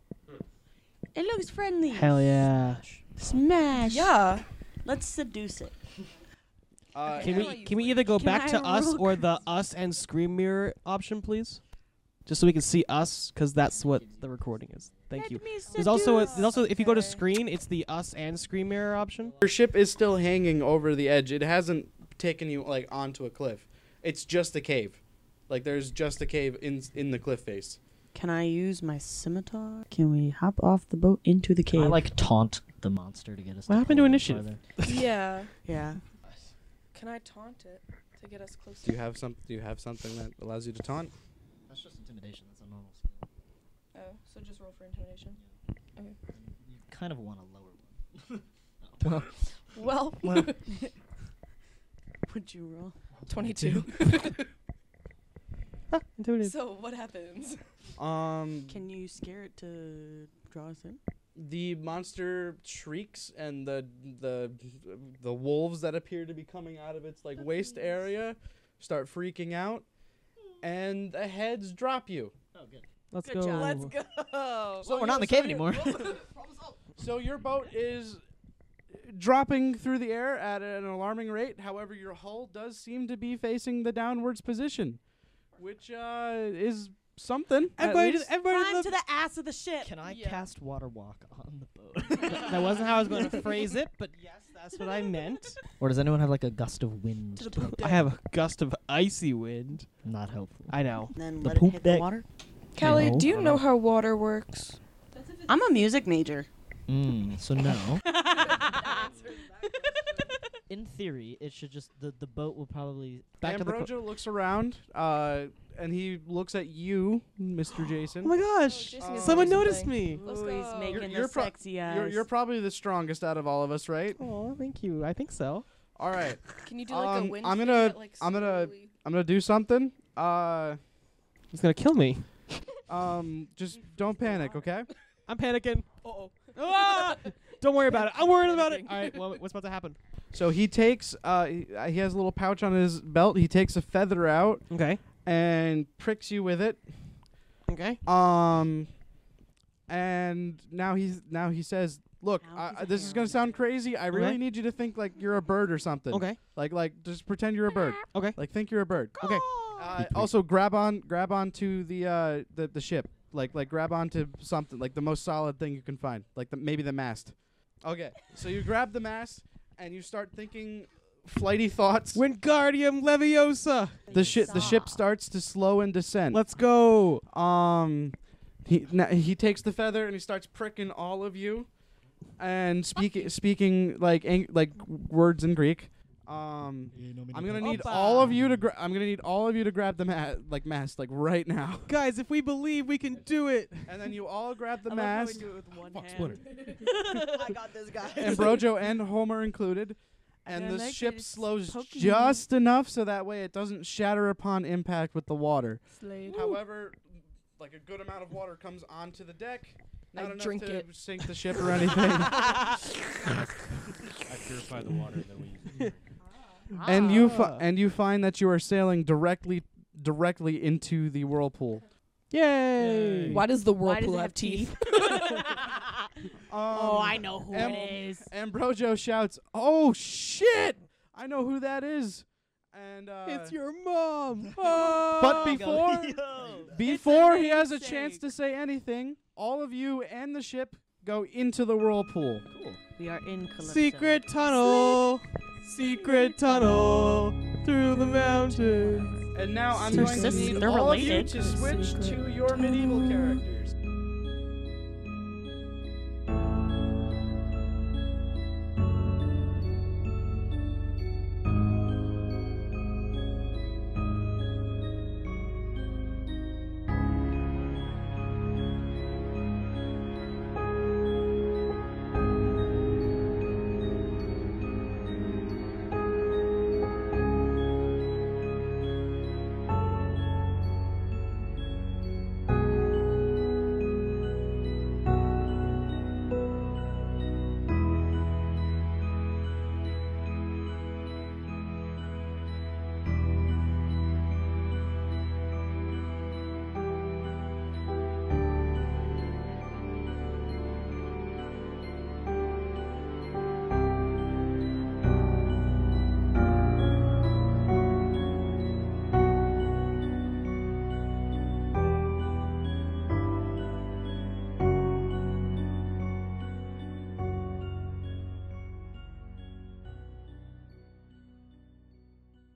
H: It looks friendly.
B: Hell yeah.
H: Smash.
D: yeah.
H: Let's seduce it.
A: Uh,
B: Can
A: and-
B: we can we either go
H: Can
B: back
H: I
B: to us
H: roll
B: or the us and screen mirror option, please? Just so we can see us, because that's what the recording is. Thank you. There's also a, there's also if you go to
D: Okay.
B: screen, it's the us and screen mirror option.
A: your ship is still hanging over the edge. It hasn't taken you like onto a cliff. It's just a cave. Like there's just a cave in in the cliff face.
H: Can I use my scimitar? Can we hop off the boat into the cave?
C: I like taunt the monster to get us.
B: What
C: to
B: happened to
C: pull it
B: initiative?
C: farther.
D: yeah.
H: Yeah.
D: Can I taunt it to get us closer?
A: Do you have some? Do you have something that allows you to taunt?
C: That's just intimidation. That's a normal skill.
D: Oh, so just roll for intimidation.
C: You kind of want a lower one.
D: Well,
H: Would you roll?
D: 22.
B: Intimidated.
D: so what happens?
A: Um,
H: Can you scare it to draw us in?
A: the monster shrieks and the the the wolves that appear to be coming out of its like waist area start freaking out, and the heads drop you.
C: Oh, good.
B: Let's
H: Good
B: go.
H: job.
I: Let's go.
A: So
C: we're not
A: you-
C: in the
A: so
C: cave
A: you-
C: anymore.
A: So your boat is dropping through the air at an alarming rate. However, your hull does seem to be facing the downwards position, which uh, is something. at
B: Everybody,
A: least.
B: just, everybody,
H: Climb
B: just-
H: to the ass of the ship.
C: Can I
D: Yeah.
C: cast water walk on the boat?
B: that wasn't how I was going to phrase it, but yes, that's what I meant.
C: or does anyone have like a gust of wind? To
B: I have a gust of icy wind.
C: Not helpful.
B: I know.
H: Then
C: The
H: let it
C: poop
H: hit the
C: deck.
H: water.
D: Kelly,
C: No.
D: do you know how water works?
H: I'm a music major.
C: Mm, so no. In theory, it should just the, the boat will probably
B: Back to the
A: Ambrosia looks around, uh, and he looks at you, Mr. Jason.
B: Oh my gosh!
D: Jason
A: gets
B: Someone
A: to do
B: noticed
D: something.
B: me.
D: Let's
H: Ooh, he's
D: go.
H: making
A: Oh. You're-
H: the
A: you're pro-
H: sexy eyes.
A: You're, you're probably the strongest out of all of us, right?
B: Oh, thank you. I think so.
A: All right.
D: Can you do like
A: Um,
D: a wind?
A: I'm
D: thing
A: gonna-
D: that, like,
A: I'm gonna-
D: slowly-
A: I'm gonna do something. Uh,
B: He's gonna kill me.
A: um, just don't panic, okay?
B: I'm panicking. Ah! Don't worry about it. I'm worried about it. All right, well, what's about to happen?
A: So he takes. Uh, he uh, he has a little pouch on his belt. He takes a feather out
B: Okay.
A: and pricks you with it.
B: Okay.
A: Um, and now he's now he says, Look, I, I- this is going to sound crazy. I really
B: Okay.
A: need you to think like you're a bird or something.
B: Okay.
A: Like like just pretend you're a bird.
B: Okay.
A: Like think you're a bird.
B: Okay.
A: Uh, also grab on grab onto the uh the, the ship. Like like grab onto something like the most solid thing you can find. Like the maybe the mast. Okay. So you grab the mast and you start thinking flighty thoughts.
B: Wingardium Leviosa.
A: The ship the ship starts to slow and descend.
B: Let's go.
A: Um he na he takes the feather and he starts pricking all of you and speaking speaking like ang- like words in Greek. Um I'm
C: Oh,
A: going to need all of you um, to gra- I'm going to need all of you to grab the ma- like mast like right now.
B: Guys, if we believe, we can do it.
A: And then you all grab the
K: I love how we
A: mast.
K: do it with one
B: Fuck,
K: hand.
H: I got this guy.
A: and Brojo and Homer included. And
K: And I
A: the
K: like
A: ship
K: this
A: slows
K: poking.
A: just enough so that way it doesn't shatter upon impact with the water.
K: Slade.
A: However, like a good amount of water comes onto the deck. Not
K: I
A: enough
K: drink
A: to
K: it.
A: sink the ship or anything.
J: I purify the water, then we use it.
A: and you
K: Ah.
A: fi- and you find that you are sailing directly directly into the whirlpool. Um,
B: Yay!
I: Why does the
H: Why does
I: whirlpool
H: it
I: have,
H: have
I: teeth?
H: oh, I know who
A: Em-
H: it is.
A: Ambrojo shouts, "Oh shit! I know who that is!" And uh,
B: It's your mom. Ah.
A: But before before he has a chance to say anything, all of you and the ship go into the whirlpool.
H: We are in Calypso.
B: Secret tunnel. Secret tunnel through the mountains.
A: And now I'm
B: They're
A: going to
B: sis-
A: need
B: they're
A: all
B: related.
A: of you to switch to your medieval characters.